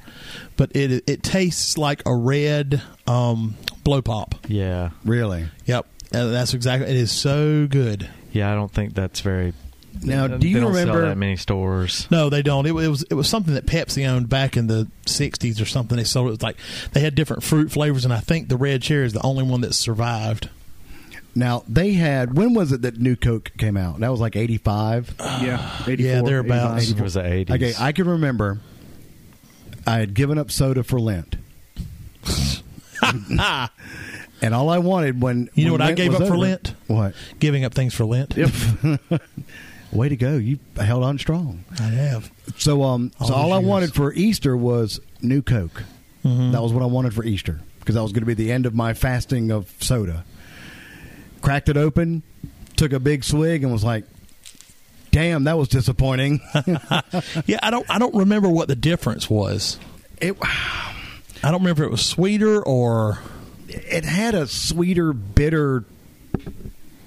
Speaker 2: but it it tastes like a red um, blow pop.
Speaker 4: Yeah,
Speaker 1: really.
Speaker 2: Yep, and that's exactly. It is so good.
Speaker 4: yeah. I don't think that's very.
Speaker 1: Now,
Speaker 4: they
Speaker 1: do you
Speaker 4: don't sell
Speaker 1: remember-
Speaker 4: that many stores?
Speaker 2: No, they don't. It, wa- it was it was something that Pepsi owned back in the '60s or something. They sold it was like they had different fruit flavors, and I think the red cherry is the only one that survived.
Speaker 1: Now they had. When was it that New Coke came out? That was like eighty five.
Speaker 3: Yeah, 84,
Speaker 2: Yeah, thereabouts.
Speaker 3: 85.
Speaker 4: It was the eighties.
Speaker 1: Okay, I can remember. I had given up soda for Lent,
Speaker 2: Ah,
Speaker 1: and all I wanted when
Speaker 2: You know
Speaker 1: when
Speaker 2: what I
Speaker 1: Lent
Speaker 2: gave
Speaker 1: was
Speaker 2: up for
Speaker 1: over-
Speaker 2: Lent?
Speaker 1: What?
Speaker 2: giving up things for Lent.
Speaker 3: Yep.
Speaker 1: Way to go! You held on strong.
Speaker 2: I have.
Speaker 1: So, um,
Speaker 2: All
Speaker 1: so all
Speaker 2: these
Speaker 1: I
Speaker 2: years. Mm-hmm.
Speaker 1: wanted for Easter was New Coke. That was what I wanted for Easter because that was going to be the end of my fasting of soda. Cracked it open, took a big swig, and was like, "Damn, that was disappointing."
Speaker 2: Yeah, I don't. I don't remember what the difference was.
Speaker 1: it
Speaker 2: I don't remember if it was sweeter or
Speaker 1: it had a sweeter, bitter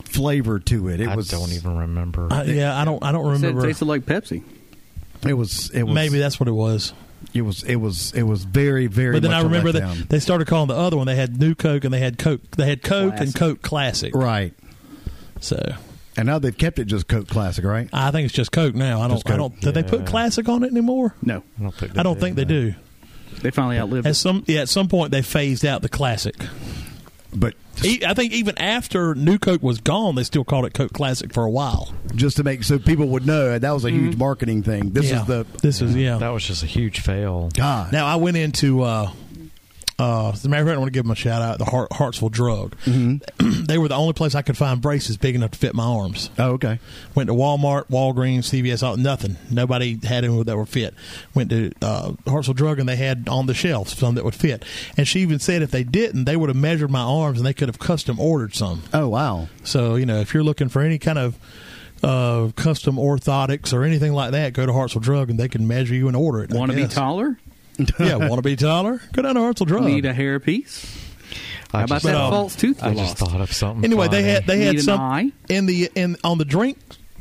Speaker 1: flavor to it. It
Speaker 4: I
Speaker 1: was
Speaker 4: don't even remember.
Speaker 2: I, yeah. I don't. I don't
Speaker 3: Said it
Speaker 2: remember.
Speaker 3: tasted like Pepsi.
Speaker 1: It was. It was
Speaker 2: Maybe that's what it was.
Speaker 1: It was. It was. It was very, very.
Speaker 2: But then
Speaker 1: much
Speaker 2: I
Speaker 1: a
Speaker 2: remember that
Speaker 1: letdown.
Speaker 2: they started calling the other one. They had New Coke and they had Coke. They had Coke and
Speaker 3: Classic.
Speaker 2: Coke Classic.
Speaker 1: right,
Speaker 2: So
Speaker 1: and now they've kept it just Coke Classic, right?
Speaker 2: I think it's just Coke now. I don't.
Speaker 1: Just Coke.
Speaker 2: I don't. Do they put
Speaker 4: Yeah.
Speaker 2: Classic on it anymore?
Speaker 3: No,
Speaker 4: I don't think.
Speaker 2: I don't think they do.
Speaker 3: they finally outlived
Speaker 2: At
Speaker 3: it.
Speaker 2: some yeah, at some point they phased out the Classic.
Speaker 1: But
Speaker 2: E- I think even after New Coke was gone, they still called it Coke Classic for a while.
Speaker 1: just to make so people would know that was a huge marketing thing. This
Speaker 2: Yeah.
Speaker 1: is the
Speaker 2: This is yeah.
Speaker 4: That was just a huge fail.
Speaker 1: God.
Speaker 2: Now I went into. Uh, uh, as a matter of fact, I want to give them a shout out. The Hart- Hartsville Drug. they were the only place I could find braces big enough to fit my arms.
Speaker 1: oh, okay.
Speaker 2: Went to Walmart, Walgreens, CVS, all, nothing. Nobody had any that were fit. Went to uh, Hartsville Drug and they had on the shelves some that would fit. And she even said if they didn't, they would have measured my arms and they could have custom ordered some.
Speaker 1: Oh wow.
Speaker 2: So you know, if you're looking for any kind of uh, custom orthotics or anything like that, go to Hartsville Drug and they can measure you and order it. I
Speaker 3: Want to be
Speaker 2: guess.
Speaker 3: taller?
Speaker 2: yeah, want to be taller? Go down to Hartsville Drug.
Speaker 3: Need a hair piece?
Speaker 4: I
Speaker 3: How about
Speaker 4: just,
Speaker 3: that
Speaker 2: um,
Speaker 3: false tooth you
Speaker 4: I
Speaker 3: lost?
Speaker 4: just thought of something.
Speaker 2: anyway, they had
Speaker 4: funny.
Speaker 2: they had
Speaker 3: Need an
Speaker 2: some
Speaker 3: eye?
Speaker 2: in the in on the drink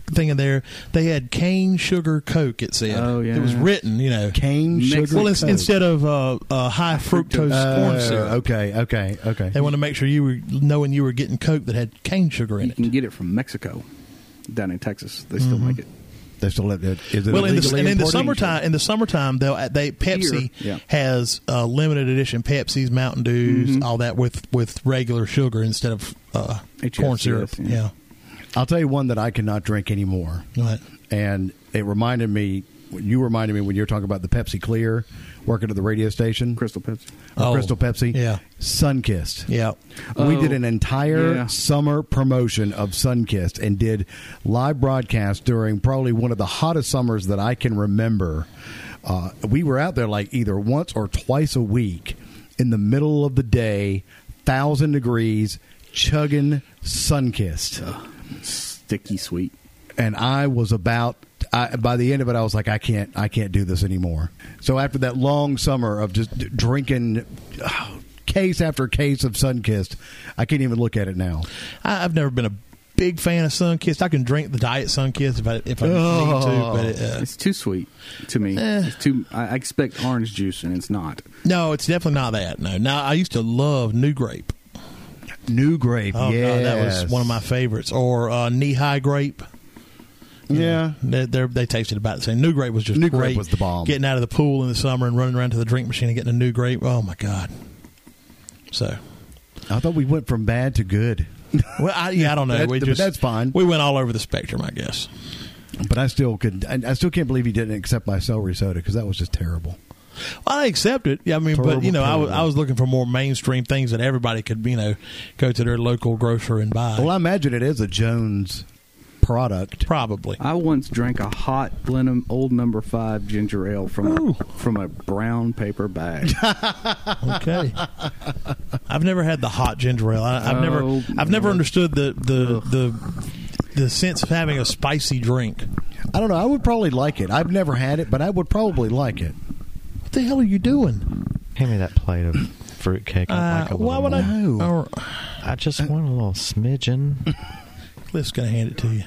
Speaker 2: thing in there. They had cane sugar Coke. It said.
Speaker 3: Oh, yeah.
Speaker 2: It was written. You know.
Speaker 1: Cane
Speaker 3: Mix-
Speaker 1: sugar.
Speaker 2: well, it's,
Speaker 1: Coke.
Speaker 2: instead of uh, uh, high fructose
Speaker 1: Oh,
Speaker 2: corn syrup,
Speaker 1: okay, okay, okay.
Speaker 2: they want to make sure you were knowing you were getting Coke that had cane sugar in
Speaker 3: You
Speaker 2: it.
Speaker 3: can get it from Mexico, down in Texas. They still make it.
Speaker 1: They still let it. Is it
Speaker 2: Well, in the,
Speaker 1: illegally
Speaker 2: and in the
Speaker 1: imported?
Speaker 2: summertime, in the summertime, they they Pepsi
Speaker 3: Here, yeah.
Speaker 2: has uh, limited edition Pepsis, Mountain Dews,
Speaker 3: Mm-hmm.
Speaker 2: all that with with regular sugar instead of uh, corn
Speaker 3: HFCS,
Speaker 2: syrup. Yeah,
Speaker 3: yeah.
Speaker 1: I'll tell you one that I cannot drink anymore.
Speaker 2: Right.
Speaker 1: and it reminded me. You reminded me when you were talking about the Pepsi Clear, working at the radio station,
Speaker 3: Crystal Pepsi.
Speaker 1: or
Speaker 2: Oh,
Speaker 1: Crystal Pepsi,
Speaker 2: yeah.
Speaker 1: Sunkist.
Speaker 2: yeah.
Speaker 1: we
Speaker 3: Oh,
Speaker 1: did an entire
Speaker 3: yeah.
Speaker 1: summer promotion of Sunkist and did live broadcast during probably one of the hottest summers that I can remember. Uh, we were out there like either once or twice a week in the middle of the day, thousand degrees, chugging Sunkist
Speaker 3: Sticky sweet.
Speaker 1: and I was about. I, by the end of it, I was like, I can't, I can't do this anymore. So after that long summer of just d- drinking oh, case after case of Sunkist, I can't even look at it now.
Speaker 2: I, I've never been a big fan of Sunkist. I can drink the diet Sunkist if I if I
Speaker 1: Oh.
Speaker 2: need to, but it, uh,
Speaker 3: It's too sweet to me.
Speaker 2: Eh.
Speaker 3: It's too. I I expect orange juice, and it's not.
Speaker 2: no, it's definitely not that. No, now I used to love New Grape.
Speaker 1: New grape,
Speaker 2: Oh
Speaker 1: yes.
Speaker 2: God, that was one of my favorites. Or uh, Knee High Grape.
Speaker 1: Yeah,
Speaker 2: They, they're- they tasted about the same. New grape was just
Speaker 1: New grape
Speaker 2: great.
Speaker 1: was the bomb.
Speaker 2: Getting out of the pool in the summer and running around to the drink machine and getting a new grape. Oh my god! So,
Speaker 1: I thought we went from bad to good,
Speaker 2: well, I, yeah, I don't know.
Speaker 1: That-
Speaker 2: we
Speaker 1: but
Speaker 2: just
Speaker 1: that's fine.
Speaker 2: We went all over the spectrum, I guess.
Speaker 1: but I still could. I, I still can't believe you didn't accept my celery soda because that was just terrible.
Speaker 2: I accept it. Yeah, I mean, but
Speaker 1: Terrible,
Speaker 2: you know, I was,
Speaker 1: terrible.
Speaker 2: I was looking for more mainstream things that everybody could, you know, go to their local grocer and buy.
Speaker 1: Well, I imagine it is a Jones product.
Speaker 2: Probably.
Speaker 3: I once drank a hot Blenheim Old Number Five ginger ale from a, from a brown paper bag.
Speaker 2: Okay. I've never had the hot ginger ale. I, I've
Speaker 3: Oh,
Speaker 2: never, I've never
Speaker 3: no.
Speaker 2: understood the the the the sense of having a spicy drink.
Speaker 1: I don't know. I would probably like it. I've never had it, but I would probably like it.
Speaker 2: What the hell are you doing?
Speaker 4: Hand me that plate of fruitcake. I'd
Speaker 2: Uh,
Speaker 4: like a
Speaker 2: why
Speaker 4: little
Speaker 2: would I?
Speaker 4: more.
Speaker 1: more.
Speaker 2: Or,
Speaker 4: I just want a little smidgen.
Speaker 2: Cliff's gonna hand it to you.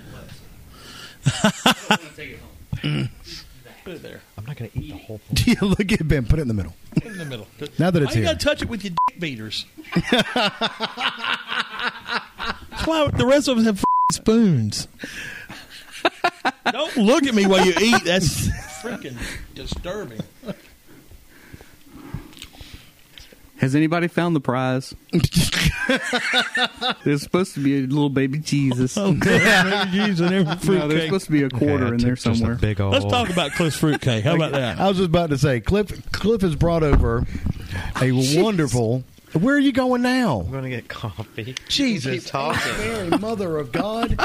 Speaker 2: Put it there.
Speaker 4: I'm not going to eat the whole thing.
Speaker 1: Yeah, Look at Ben. Put it in the middle.
Speaker 2: Put it in the middle.
Speaker 1: Now that it's
Speaker 2: Why you
Speaker 1: here.
Speaker 2: gotta touch it with your dick beaters? That's why the rest of us have f***ing spoons. Don't look at me while you eat. That's freaking disturbing.
Speaker 3: Has anybody found the prize? there's supposed to be a little baby Jesus.
Speaker 2: Oh, God, baby Jesus, and every
Speaker 3: no, there's
Speaker 2: fruitcake.
Speaker 3: supposed to be a quarter in there somewhere.
Speaker 4: Just a big old.
Speaker 2: Let's talk about Cliff's fruitcake. How about that?
Speaker 1: I was just about to say, Cliff. Cliff has brought over a wonderful. Where are you going now?
Speaker 4: I'm going to get coffee.
Speaker 1: Jesus.
Speaker 4: Keep talking.
Speaker 1: Mary, Mother of God.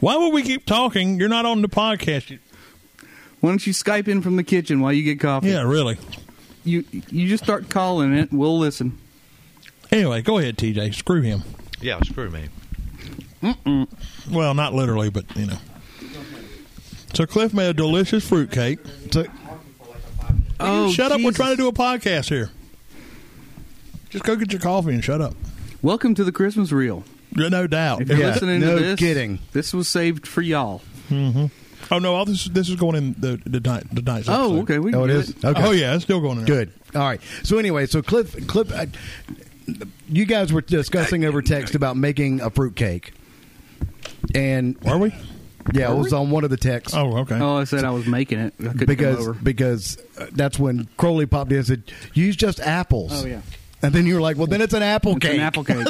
Speaker 2: Why would we keep talking? You're not on the podcast. You-
Speaker 3: Why don't you Skype in from the kitchen while you get coffee?
Speaker 2: Yeah, really.
Speaker 3: You you just start calling it. We'll listen.
Speaker 2: Anyway, go ahead, TJ. Screw him.
Speaker 4: yeah, screw me.
Speaker 2: Well, not literally, but you know. So Cliff made a delicious fruitcake.
Speaker 1: So,
Speaker 3: Oh,
Speaker 2: shut up! We're
Speaker 3: Jesus.
Speaker 2: trying to do a podcast here. Just go get your coffee and shut up.
Speaker 3: Welcome to the Christmas reel.
Speaker 2: Yeah, No doubt.
Speaker 3: If you're
Speaker 1: Yeah,
Speaker 3: listening
Speaker 1: no
Speaker 3: to this,
Speaker 1: kidding.
Speaker 3: This was saved for y'all.
Speaker 2: Oh no! All this this is going in the the, night, the night's episode.
Speaker 3: Oh, okay. We can
Speaker 1: oh, it
Speaker 3: do
Speaker 1: is. Okay.
Speaker 2: Oh yeah, it's still going in. there.
Speaker 1: Good. All right. So anyway, so Cliff, Cliff, I, you guys were discussing over text about making a fruitcake, and
Speaker 2: Are we?
Speaker 1: yeah, it was on one of the texts.
Speaker 2: Oh, okay.
Speaker 3: Oh, I said I was making it. I couldn't come
Speaker 1: because
Speaker 3: over.
Speaker 1: because uh, that's when Crowley popped in and said, "Use just apples."
Speaker 3: Oh, yeah.
Speaker 1: And then you were like, "Well, then it's an apple
Speaker 3: It's
Speaker 1: cake,
Speaker 3: an apple cake.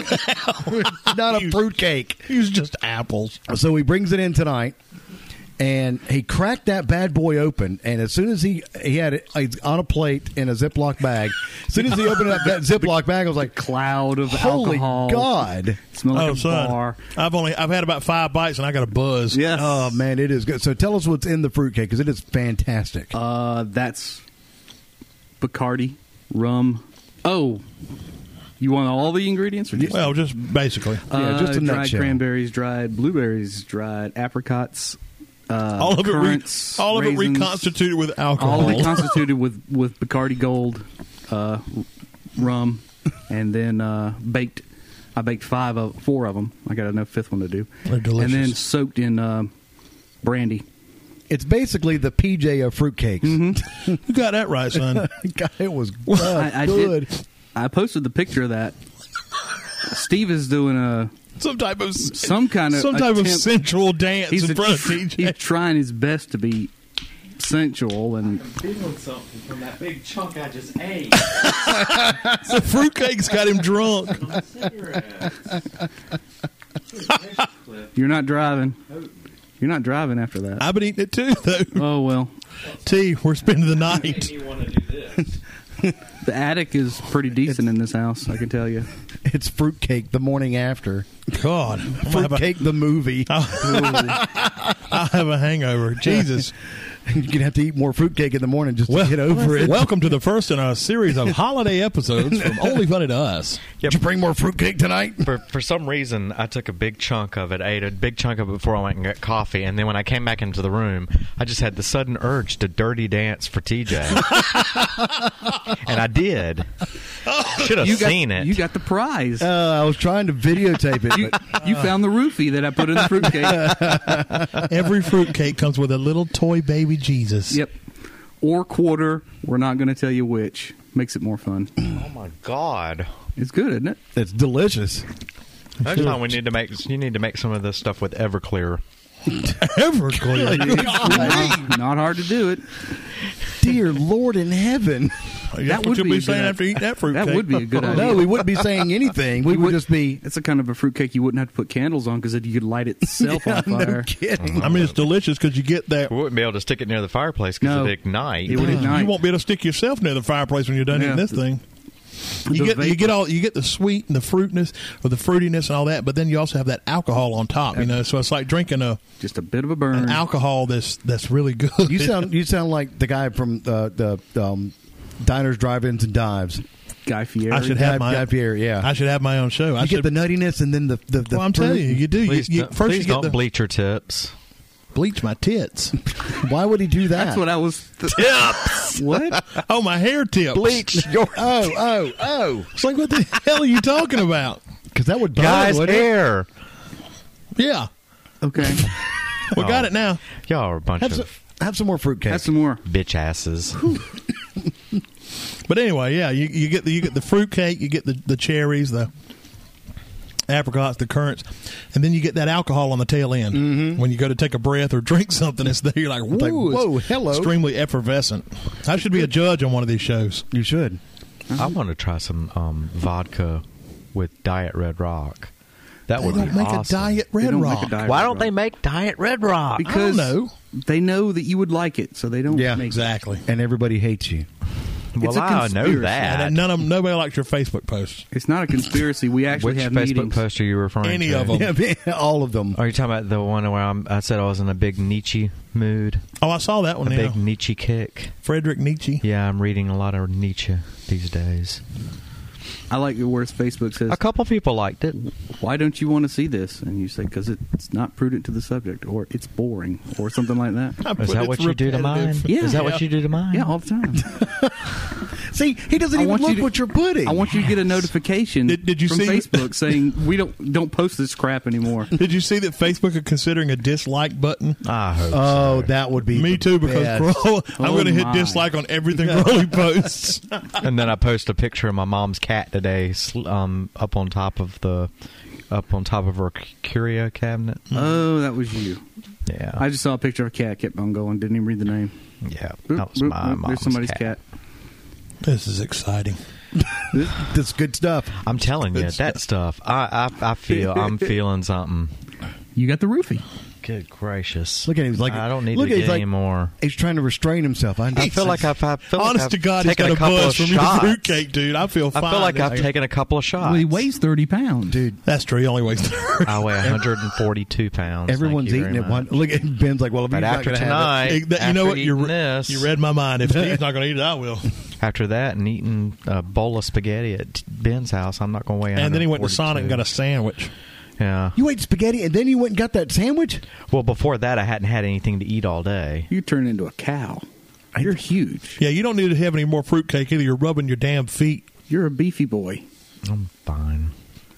Speaker 1: not a fruit cake."
Speaker 2: Use just apples.
Speaker 1: So he brings it in tonight, and he cracked that bad boy open. And as soon as he he had it it's on a plate in a Ziploc bag, as soon as he opened up that Ziploc bag, I was like,
Speaker 3: Cloud of
Speaker 1: "Holy
Speaker 3: alcohol.
Speaker 1: God!"
Speaker 3: Smell like
Speaker 2: oh
Speaker 3: a
Speaker 2: son,
Speaker 3: bar.
Speaker 2: I've only I've had about five bites and I got a buzz. Uh,
Speaker 3: Yes.
Speaker 1: Oh man, it is good. So tell us what's in the fruitcake because it is fantastic.
Speaker 3: Uh, that's Bacardi rum. Oh, you want all the ingredients? Or just,
Speaker 2: Well, just basically
Speaker 1: yeah, just a
Speaker 3: uh, dried
Speaker 1: nutshell.
Speaker 3: cranberries, dried blueberries, dried apricots. Uh,
Speaker 2: all of it re-
Speaker 3: currants,
Speaker 2: all of it
Speaker 3: raisins,
Speaker 2: reconstituted with alcohol.
Speaker 3: All of it constituted with with Bacardi Gold, uh, rum, and then uh, baked. I baked five of four of them. I got enough fifth one to do.
Speaker 2: They're delicious.
Speaker 3: And then soaked in uh, brandy.
Speaker 1: it's basically the PJ of fruitcakes.
Speaker 2: you got that right, son.
Speaker 1: God, it was
Speaker 3: I, I
Speaker 1: good.
Speaker 3: Did, I posted the picture of that. Steve is doing a
Speaker 2: some type of
Speaker 3: Some kind of
Speaker 2: some type of
Speaker 3: attempt-
Speaker 2: sensual dance
Speaker 3: he's
Speaker 2: in
Speaker 3: a-
Speaker 2: front of TJ.
Speaker 3: he's trying his best to be sensual and
Speaker 5: feeling something from that big chunk I just ate.
Speaker 2: the fruitcake's got him drunk.
Speaker 3: you're not driving. You're not driving after that.
Speaker 2: I've been eating it too, though.
Speaker 3: Oh well,
Speaker 2: T, we're spending the night.
Speaker 5: want to do this.
Speaker 3: the attic is pretty decent in this house. I can tell you.
Speaker 1: It's fruitcake the morning after.
Speaker 2: God, I have, a,
Speaker 1: Fruitcake the movie.
Speaker 2: I have a hangover. Jesus.
Speaker 1: You're gonna have to eat more fruitcake in the morning just
Speaker 2: Well,
Speaker 1: to get over it.
Speaker 2: Welcome to the first in a series of holiday episodes from Only Funny to Us.
Speaker 1: Did you bring more fruitcake tonight?
Speaker 4: For for some reason, I took a big chunk of it, ate a big chunk of it before I went and got coffee, and then when I came back into the room, I just had the sudden urge to dirty dance for TJ, and I did. Should have
Speaker 3: You got,
Speaker 4: seen it.
Speaker 3: You got the prize.
Speaker 1: Uh, I was trying to videotape it.
Speaker 3: you,
Speaker 1: but
Speaker 4: uh,
Speaker 3: you found the roofie that I put in the fruitcake.
Speaker 2: Every fruitcake comes with a little toy baby Jesus.
Speaker 3: yep. Or quarter. We're not going to tell you which. Makes it more fun.
Speaker 4: oh my god!
Speaker 3: It's good, isn't it?
Speaker 1: it's delicious.
Speaker 4: Next time we need to make you need to make some of this stuff with Everclear. Oh,
Speaker 2: Everclear.
Speaker 3: Not hard to do it.
Speaker 1: Dear Lord in heaven.
Speaker 2: That's
Speaker 3: That
Speaker 2: what
Speaker 3: would
Speaker 2: you'll
Speaker 3: be
Speaker 2: be,
Speaker 3: a good
Speaker 2: saying
Speaker 3: idea.
Speaker 2: after eating that fruit.
Speaker 3: That would be a good idea.
Speaker 1: No, we wouldn't be saying anything. We
Speaker 3: You
Speaker 1: would
Speaker 3: would-
Speaker 1: just be.
Speaker 3: It's the kind of a fruitcake you wouldn't have to put candles on because you could light itself on
Speaker 1: No
Speaker 3: fire.
Speaker 1: kidding.
Speaker 2: I mean, it's delicious because you get that.
Speaker 4: We wouldn't be able to stick it near the fireplace because
Speaker 3: No.
Speaker 4: it ignite.
Speaker 3: It would ignite.
Speaker 2: You won't be able to stick yourself near the fireplace when you're done
Speaker 3: Yeah.
Speaker 2: eating this thing.
Speaker 3: The
Speaker 2: You get you
Speaker 3: vapor.
Speaker 2: get all you get the sweet and the fruitness or the fruitiness and all that, but then you also have that alcohol on top. You know, so it's like drinking a
Speaker 3: Just a bit of a burn.
Speaker 2: an alcohol that's that's really good.
Speaker 1: You sound you sound like the guy from the the um, diners, drive-ins, and dives.
Speaker 3: Guy Fieri.
Speaker 2: I should
Speaker 1: Guy-
Speaker 2: have my
Speaker 1: Guy Fieri, yeah.
Speaker 2: I should have my own show. I
Speaker 1: You
Speaker 2: should.
Speaker 1: get the nuttiness and then the the. the
Speaker 2: well, I'm telling
Speaker 1: fruit.
Speaker 2: you, you do. You,
Speaker 4: Please,
Speaker 2: you,
Speaker 4: don't-
Speaker 2: first,
Speaker 4: please
Speaker 2: you get
Speaker 4: don't
Speaker 2: the,
Speaker 4: bleach your tips.
Speaker 2: bleach my tits.
Speaker 1: Why would he do that?
Speaker 3: That's what I was. Th-
Speaker 2: tips.
Speaker 3: what?
Speaker 2: Oh, my hair tips.
Speaker 4: your
Speaker 1: oh oh oh!
Speaker 2: It's like what the hell are you talking about?
Speaker 1: Because that would burn,
Speaker 4: guys' eh.
Speaker 1: wouldn't it?
Speaker 4: hair.
Speaker 2: Yeah,
Speaker 3: Okay.
Speaker 2: we got
Speaker 4: Oh.
Speaker 2: it now.
Speaker 4: Y'all are a bunch
Speaker 1: Have some,
Speaker 4: of
Speaker 1: have some more fruitcake.
Speaker 3: Have some more.
Speaker 4: bitch asses.
Speaker 2: But anyway, yeah, you, you get the you get the fruit cake, you get the, the cherries, the apricots, the currants, and then you get that alcohol on the tail end when you go to take a breath or drink something. It's there. You're like, Mm-hmm. whoa,
Speaker 1: like,
Speaker 2: it's
Speaker 1: whoa, hello.
Speaker 2: extremely effervescent. I should be a judge on one of these shows.
Speaker 1: you should.
Speaker 4: I want to try some um, vodka with Diet Red Rock. That
Speaker 2: They
Speaker 4: would be
Speaker 2: don't make
Speaker 4: awesome.
Speaker 2: a diet
Speaker 3: They
Speaker 2: red
Speaker 3: don't make a
Speaker 2: rock.
Speaker 3: diet
Speaker 4: Why
Speaker 3: Red
Speaker 4: don't they
Speaker 3: Rock.
Speaker 4: make Diet Red Rock?
Speaker 3: Because
Speaker 2: know.
Speaker 3: they know that you would like it, so they don't.
Speaker 1: Yeah.
Speaker 3: make it.
Speaker 2: Exactly.
Speaker 1: And everybody hates you.
Speaker 4: well,
Speaker 3: it's a
Speaker 4: I know
Speaker 3: conspiracy.
Speaker 2: And
Speaker 4: that.
Speaker 2: then none of 'em- nobody likes your Facebook posts.
Speaker 3: It's not a conspiracy. We actually
Speaker 4: Which
Speaker 3: have
Speaker 4: Facebook
Speaker 3: meetings.
Speaker 4: post are you referring
Speaker 2: Any
Speaker 4: to?
Speaker 2: of 'em.
Speaker 1: Yeah, all of them.
Speaker 4: Are you talking about the one where I'm, I said I was in a big Nietzsche mood?
Speaker 2: Oh, I saw that
Speaker 4: A
Speaker 2: one. Yeah.
Speaker 4: big Nietzsche kick?
Speaker 2: Frederick Nietzsche.
Speaker 4: Yeah, I'm reading a lot of Nietzsche these days.
Speaker 3: I like your worst Facebook says.
Speaker 4: A couple people liked it.
Speaker 3: Why don't you want to see this? And you say because it's not prudent to the subject, or it's boring, or something like that.
Speaker 2: I put
Speaker 4: Is that
Speaker 2: it's
Speaker 4: what you do to mine?
Speaker 2: repetitive.
Speaker 3: Yeah.
Speaker 4: Is that
Speaker 2: Yeah.
Speaker 4: what you do to mine?
Speaker 3: Yeah, all the time.
Speaker 1: See, he doesn't
Speaker 3: I
Speaker 1: even
Speaker 3: want you
Speaker 1: look
Speaker 3: to-
Speaker 1: what you're putting.
Speaker 3: I want you to get a notification
Speaker 2: Did- did you
Speaker 3: from
Speaker 2: see-
Speaker 3: Facebook saying we don't don't post this crap anymore.
Speaker 2: Did you see that Facebook are considering a dislike button?
Speaker 4: I hope
Speaker 1: Oh,
Speaker 4: so.
Speaker 1: that would be
Speaker 2: Me
Speaker 1: the
Speaker 2: too, because
Speaker 1: best.
Speaker 2: Crowley- I'm
Speaker 3: Oh,
Speaker 2: going to hit
Speaker 3: my.
Speaker 2: dislike on everything Crowley posts.
Speaker 4: and then I post a picture of my mom's cat today, sl- um, up on top of the, up on top of her c- curio cabinet.
Speaker 3: Oh, that was you.
Speaker 4: Yeah,
Speaker 3: I just saw a picture of a cat. Kept on going. Didn't even read the name.
Speaker 4: yeah,
Speaker 3: Oop,
Speaker 4: that was
Speaker 3: oop,
Speaker 4: my
Speaker 3: oop,
Speaker 4: mom's
Speaker 3: There's somebody's cat.
Speaker 4: cat.
Speaker 2: this is exciting.
Speaker 1: That's good stuff.
Speaker 4: I'm telling you,
Speaker 2: It's-
Speaker 4: that stuff. I, I, I feel I'm feeling something.
Speaker 3: You got the roofie.
Speaker 4: Good gracious!
Speaker 1: Look at him. He's like
Speaker 4: I don't need
Speaker 1: look
Speaker 4: to
Speaker 1: at him,
Speaker 4: get
Speaker 1: he's like,
Speaker 4: any more.
Speaker 1: He's trying to restrain himself. I,
Speaker 4: I feel like I've, I feel like
Speaker 2: Honest
Speaker 4: I've
Speaker 2: to God, he's
Speaker 4: taken
Speaker 2: got a
Speaker 4: couple
Speaker 2: buzz
Speaker 4: of
Speaker 2: from eating
Speaker 4: shots.
Speaker 2: fruitcake, dude. I feel
Speaker 4: I
Speaker 2: fine.
Speaker 4: feel like I've
Speaker 2: It's-
Speaker 4: taken a couple of shots.
Speaker 3: Well, he weighs thirty pounds,
Speaker 1: dude.
Speaker 2: That's true. He only weighs 30.
Speaker 4: I weigh 142 pounds.
Speaker 1: Everyone's
Speaker 4: Thank you
Speaker 1: eating
Speaker 4: very
Speaker 1: it. One
Speaker 4: much.
Speaker 1: look at Ben's like, well, if
Speaker 4: But
Speaker 1: he's not
Speaker 4: after
Speaker 1: gonna have it-
Speaker 4: tonight,
Speaker 2: Hey, that- you know
Speaker 4: after
Speaker 2: what? You,
Speaker 4: eating
Speaker 2: re-
Speaker 4: this,
Speaker 2: you read my mind. If Steve's not going to eat it, I will.
Speaker 4: After that, and eating a bowl of spaghetti at Ben's house, I'm not going to weigh.
Speaker 2: And then he went to Sonic and got a
Speaker 4: 142.
Speaker 2: sandwich.
Speaker 4: Yeah.
Speaker 1: you ate spaghetti and then you went and got that sandwich.
Speaker 4: Well, before that, I hadn't had anything to eat all day.
Speaker 3: You turn into a cow. You're huge.
Speaker 2: Yeah, you don't need to have any more fruitcake either. You're rubbing your damn feet.
Speaker 3: You're a beefy boy.
Speaker 4: I'm fine.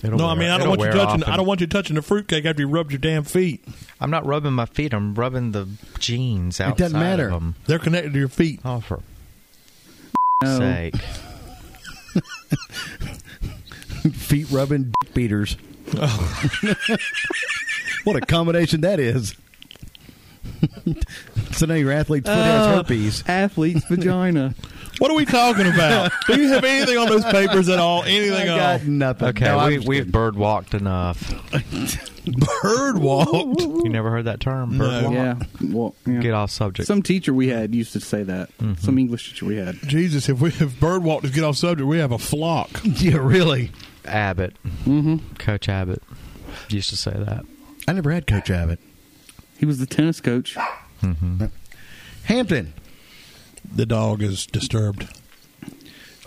Speaker 4: It'll
Speaker 2: No, I
Speaker 4: wear-
Speaker 2: mean I don't
Speaker 4: it'll
Speaker 2: want you
Speaker 4: wear
Speaker 2: touching.
Speaker 4: off and-
Speaker 2: I don't want you touching the fruitcake after you rubbed your damn feet.
Speaker 4: I'm not rubbing my feet. I'm rubbing the jeans outside
Speaker 1: It doesn't matter.
Speaker 4: of them.
Speaker 2: They're connected to your feet.
Speaker 4: Oh, for
Speaker 3: No.
Speaker 4: sake!
Speaker 1: Feet rubbing dick beaters.
Speaker 4: Oh.
Speaker 1: what a combination that is. so now your athlete's foot has
Speaker 4: Oh.
Speaker 1: herpes.
Speaker 3: Athlete's vagina.
Speaker 2: What are we talking about? Do you have anything on those papers at all?
Speaker 1: I
Speaker 2: Anything
Speaker 1: got
Speaker 2: on
Speaker 1: nothing.
Speaker 4: Okay,
Speaker 1: No, I'm
Speaker 4: we,
Speaker 1: just
Speaker 4: we've
Speaker 1: kidding.
Speaker 4: bird walked enough.
Speaker 2: bird walked?
Speaker 4: You never heard that term? Bird
Speaker 2: No.
Speaker 4: walked?
Speaker 3: Yeah. Well, yeah.
Speaker 4: Get off Mm-hmm. subject.
Speaker 3: Some teacher we had used to say that. Some English teacher we had.
Speaker 2: Jesus, if we if bird walk to get off subject, we have a flock.
Speaker 1: Yeah, really.
Speaker 4: Abbott,
Speaker 3: Mm-hmm.
Speaker 4: Coach Abbott, used to say that.
Speaker 1: I never had Coach Abbott.
Speaker 3: He was the tennis coach.
Speaker 1: Hampton.
Speaker 2: The dog is disturbed.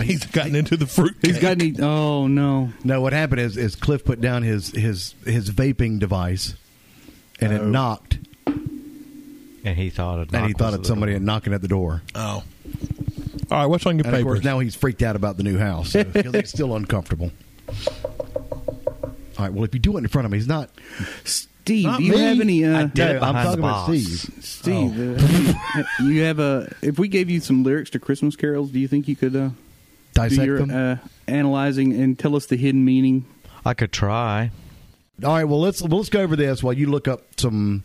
Speaker 2: He's gotten into the fruit.
Speaker 3: He's got any. Oh no.
Speaker 1: No, what happened is is Cliff put down his his his vaping device, and
Speaker 4: Oh.
Speaker 1: it knocked,
Speaker 4: And he thought it.
Speaker 1: and he thought it's somebody knocking at the door.
Speaker 2: Oh. All right, what's on your
Speaker 1: And of course,
Speaker 2: papers?
Speaker 1: now he's freaked out about the new house so- because it's still uncomfortable. All right. Well, if you do it in front of me, he's not.
Speaker 3: Steve,
Speaker 1: Not
Speaker 3: do you
Speaker 1: me.
Speaker 3: have any? Uh,
Speaker 4: I did it
Speaker 1: No, I'm
Speaker 4: behind
Speaker 1: talking
Speaker 4: the
Speaker 1: about
Speaker 4: boss.
Speaker 1: Steve.
Speaker 3: Steve,
Speaker 1: Oh.
Speaker 3: uh, you have a. If we gave you some lyrics to Christmas carols, do you think you could uh, do
Speaker 1: Dissect
Speaker 3: your
Speaker 1: them.
Speaker 3: uh, analyzing and tell us the hidden meaning?
Speaker 4: I could try.
Speaker 1: All right. Well, let's well, let's go over this while you look up some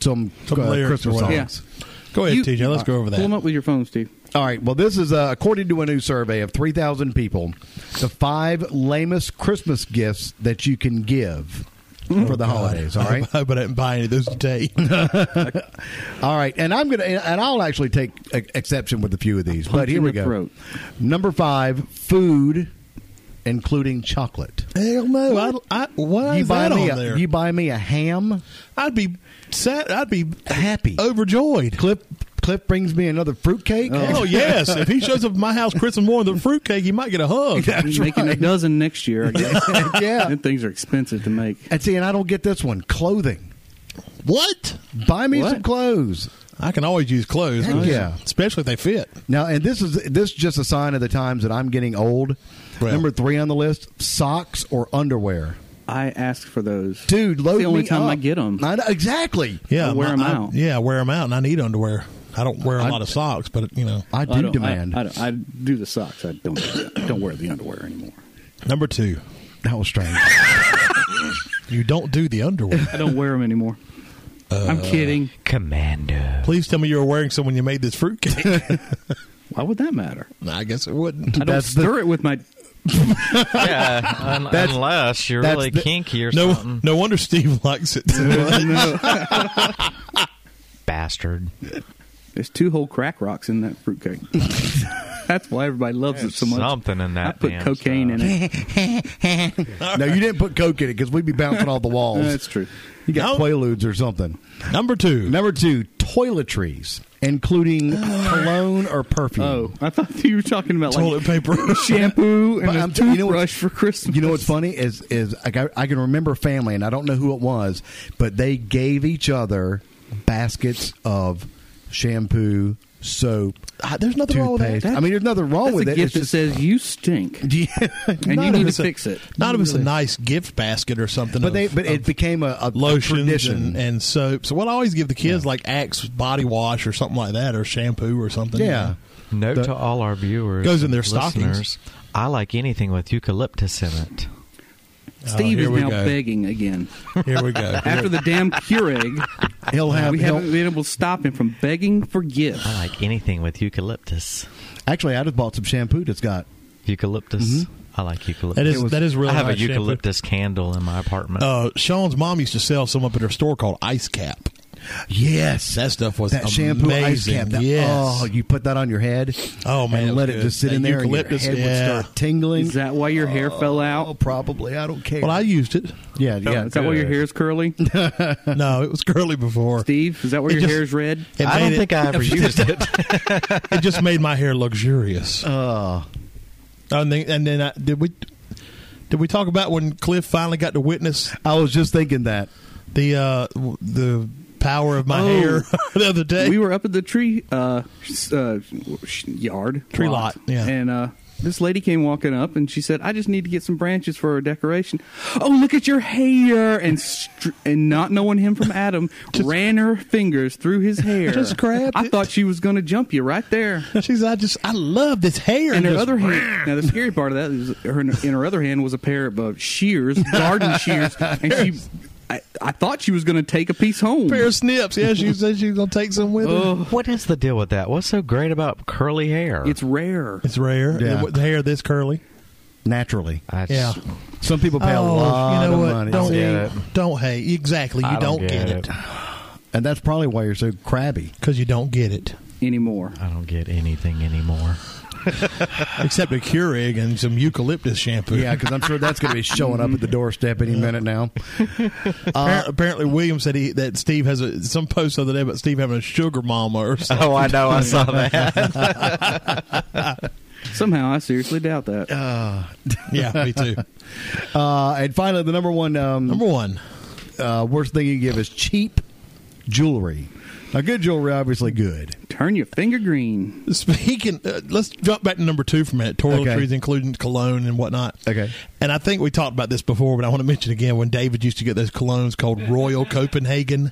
Speaker 1: some,
Speaker 2: Some
Speaker 1: uh,
Speaker 2: lyrics or
Speaker 1: Christmas songs.
Speaker 2: whatever.
Speaker 3: Yeah.
Speaker 2: Go ahead, TJ. Let's go over that.
Speaker 3: Pull them up with your phone, Steve.
Speaker 1: All right. Well, this is uh, according to a new survey of 3,000 people, the five lamest Christmas gifts that you can give for the holidays. All right.
Speaker 2: I hope I didn't buy any of those today.
Speaker 1: All right, and I'm gonna and I'll actually take e- exception with a few of these, but
Speaker 3: punch
Speaker 1: here
Speaker 3: in
Speaker 1: we
Speaker 3: the
Speaker 1: go.
Speaker 3: throat.
Speaker 1: Number five, food, including chocolate.
Speaker 2: Hell no! I, I, why
Speaker 1: you
Speaker 2: is
Speaker 1: buy
Speaker 2: that
Speaker 1: me
Speaker 2: on
Speaker 1: a,
Speaker 2: there?
Speaker 1: you buy me a ham,
Speaker 2: I'd be sad. I'd be
Speaker 1: happy.
Speaker 2: overjoyed.
Speaker 1: Cliff Cliff brings me another fruitcake.
Speaker 2: Oh yes! If he shows up at my house, Chris and Warren, the fruitcake, he might get a hug.
Speaker 1: That's
Speaker 3: making a
Speaker 1: right.
Speaker 3: dozen next year. I guess.
Speaker 1: yeah.
Speaker 3: Them things are expensive to make.
Speaker 1: And see, and I don't get this one. Clothing.
Speaker 2: What?
Speaker 1: Buy me
Speaker 3: What?
Speaker 1: some clothes.
Speaker 2: I can always use clothes.
Speaker 1: Heck yeah.
Speaker 2: especially if they fit.
Speaker 1: Now, and this is this is just a sign of the times that I'm getting old.
Speaker 2: Well.
Speaker 1: Number three on the list: socks or underwear.
Speaker 3: I ask for those,
Speaker 1: Dude, load
Speaker 3: It's the only
Speaker 1: me
Speaker 3: time
Speaker 1: up.
Speaker 3: I get them.
Speaker 1: I know- exactly.
Speaker 2: Yeah,
Speaker 3: I'll wear
Speaker 2: my-
Speaker 3: 'em
Speaker 2: I-
Speaker 3: out.
Speaker 2: yeah, wear them out, and I need underwear. I don't wear a
Speaker 1: I-
Speaker 2: lot of socks, but you know.
Speaker 1: I do
Speaker 3: I don't-
Speaker 1: demand.
Speaker 3: I, I don't- I do the socks. I don't don't wear the underwear anymore.
Speaker 2: Number two,
Speaker 1: that was strange.
Speaker 2: you don't do the underwear.
Speaker 3: I don't wear them anymore.
Speaker 1: Uh,
Speaker 3: I'm kidding.
Speaker 4: Commando.
Speaker 2: Please tell me you were wearing some when you made this fruitcake.
Speaker 3: Why would that matter?
Speaker 2: I guess it wouldn't.
Speaker 3: I don't
Speaker 1: That's the-
Speaker 3: stir it with my.
Speaker 4: Yeah, un- unless you're
Speaker 1: that's
Speaker 4: really
Speaker 1: the-
Speaker 4: kinky or
Speaker 2: No,
Speaker 4: something.
Speaker 2: no wonder Steve likes it.
Speaker 4: Bastard.
Speaker 3: There's two whole crack rocks in that fruitcake. That's why everybody loves it so much.
Speaker 4: Something in that
Speaker 3: I put
Speaker 4: damn
Speaker 3: cocaine
Speaker 4: stuff.
Speaker 3: in it.
Speaker 1: no, you didn't put coke in it because we'd be bouncing off the walls.
Speaker 3: Oh, That's true.
Speaker 1: You got
Speaker 2: No.
Speaker 1: Quaaludes or something.
Speaker 2: Number two,
Speaker 1: Number two, toiletries, including cologne or perfume.
Speaker 3: Oh, I thought you were talking about
Speaker 2: toilet
Speaker 3: like
Speaker 2: paper.
Speaker 3: shampoo and
Speaker 1: But
Speaker 3: a
Speaker 1: I'm t-
Speaker 3: toothbrush
Speaker 1: you know what's-
Speaker 3: for Christmas.
Speaker 1: You know what's funny is is like I, I can remember family, and I don't know who it was, but they gave each other baskets of shampoo, soap,
Speaker 2: Ah, There's nothing wrong with that.
Speaker 1: toothpaste. I mean, there's nothing wrong
Speaker 3: That's
Speaker 1: with
Speaker 3: a
Speaker 1: it.
Speaker 3: gift that
Speaker 1: it's
Speaker 3: says you stink, and
Speaker 1: just, and
Speaker 3: you need to
Speaker 2: it's a-
Speaker 3: fix it.
Speaker 1: Oh,
Speaker 2: Not if it's a nice gift basket or something.
Speaker 1: but
Speaker 2: of-
Speaker 1: they but
Speaker 2: of
Speaker 1: it became a, a
Speaker 2: lotions
Speaker 1: tradition.
Speaker 2: and, and soaps. Well, I always give the kids like Axe body wash or something like that, or shampoo or something.
Speaker 1: yeah.
Speaker 4: Note
Speaker 1: The-
Speaker 4: to all our viewers.
Speaker 2: Goes in their
Speaker 4: and
Speaker 2: stockings.
Speaker 4: listeners, I like anything with eucalyptus in it.
Speaker 3: Steve
Speaker 2: here
Speaker 3: is
Speaker 2: we
Speaker 3: now
Speaker 2: go.
Speaker 3: begging again.
Speaker 2: Here we go.
Speaker 3: After the damn Keurig,
Speaker 1: He'll have Ah,
Speaker 3: we
Speaker 1: he'll-
Speaker 3: haven't been able to stop him from begging for gifts.
Speaker 4: I like anything with eucalyptus.
Speaker 1: actually. I just bought some shampoo that's got
Speaker 4: Eucalyptus. I like eucalyptus.
Speaker 2: Mm-hmm. That is- that is really
Speaker 4: I have
Speaker 2: nice
Speaker 4: a
Speaker 2: shampoo.
Speaker 4: eucalyptus candle in my apartment.
Speaker 2: uh, Sean's mom used to sell some up at her store called Ice Cap.
Speaker 1: Yes,
Speaker 2: That stuff was
Speaker 1: that shampoo ice
Speaker 2: amazing.
Speaker 1: cap. That,
Speaker 2: Yes.
Speaker 1: Oh, you put that on your head.
Speaker 2: Oh, man, it
Speaker 1: and
Speaker 2: was
Speaker 1: let it
Speaker 2: good.
Speaker 1: just sit
Speaker 2: That
Speaker 1: in there, and your
Speaker 2: eucalyptus,
Speaker 1: head
Speaker 2: yeah.
Speaker 1: would start tingling.
Speaker 3: Is that why your hair fell
Speaker 1: Oh,
Speaker 3: out?
Speaker 1: probably. I don't care.
Speaker 2: Well, I used it.
Speaker 1: yeah, Oh, yeah.
Speaker 3: is that why your hair is curly?
Speaker 2: No, it was curly before.
Speaker 3: Steve, is that why
Speaker 2: It
Speaker 3: your
Speaker 2: just-
Speaker 3: hair is red?
Speaker 2: It
Speaker 4: I don't
Speaker 2: made it-
Speaker 4: think I ever used it.
Speaker 2: It just made my hair luxurious.
Speaker 1: Uh,
Speaker 2: and then, and then I, did we did we talk about when Cliff finally got to witness
Speaker 1: I was just thinking that.
Speaker 2: the uh, w- the power of my
Speaker 3: Oh.
Speaker 2: hair the other day?
Speaker 3: we were up at the tree uh, s- uh, sh- yard
Speaker 2: Tree lot, yeah.
Speaker 3: and uh, this lady came walking up and she said i just need to get some branches for a decoration oh look at your hair and str- and not knowing him from adam ran her fingers through his hair
Speaker 2: Just grabbed
Speaker 3: i
Speaker 2: it.
Speaker 3: thought she was going to jump you right there
Speaker 2: She's I just I love this hair.
Speaker 3: and her
Speaker 2: Just-
Speaker 3: other hand. Now the scary part of that is her in her other hand was a pair of uh, shears, garden shears, and she. I, I thought she was going to take a piece home.
Speaker 2: pair of snips. Yeah, she said she's gonna take some with her.
Speaker 3: Ugh,
Speaker 4: what is the deal with that? What's so great about curly hair?
Speaker 3: it's rare.
Speaker 2: It's rare.
Speaker 1: Yeah.
Speaker 2: Yeah. The hair this curly.
Speaker 1: Naturally,
Speaker 4: I
Speaker 2: Yeah.
Speaker 4: just-
Speaker 1: some people pay a lot
Speaker 2: Oh, you know
Speaker 1: of
Speaker 2: what?
Speaker 1: money,
Speaker 2: Don't
Speaker 4: get
Speaker 2: hate. Don't hate. Exactly. You
Speaker 4: I
Speaker 2: don't, get, it
Speaker 1: and that's probably why you're so crabby.
Speaker 2: because you don't get it.
Speaker 3: anymore.
Speaker 4: I don't get anything anymore.
Speaker 2: Except a Keurig and some eucalyptus shampoo.
Speaker 1: Yeah, because I'm sure that's going to be showing up at the doorstep any minute now.
Speaker 2: Appar- apparently, William said he, that Steve has a, some post the other day about Steve having a sugar mama or something.
Speaker 4: Oh, I know. I saw that.
Speaker 3: Somehow, I seriously doubt that.
Speaker 2: yeah, me too.
Speaker 1: Uh, and finally, the number one um,
Speaker 2: Number one,
Speaker 1: uh, worst thing you can give is cheap jewelry. Now, good jewelry, obviously good.
Speaker 3: Turn your finger green.
Speaker 2: speaking. Uh, let's jump back to number two for a minute. Toiletries,
Speaker 1: Okay.
Speaker 2: including cologne and whatnot.
Speaker 1: Okay.
Speaker 2: And I think we talked about this before, but I want to mention again when David used to get those colognes called Royal Copenhagen.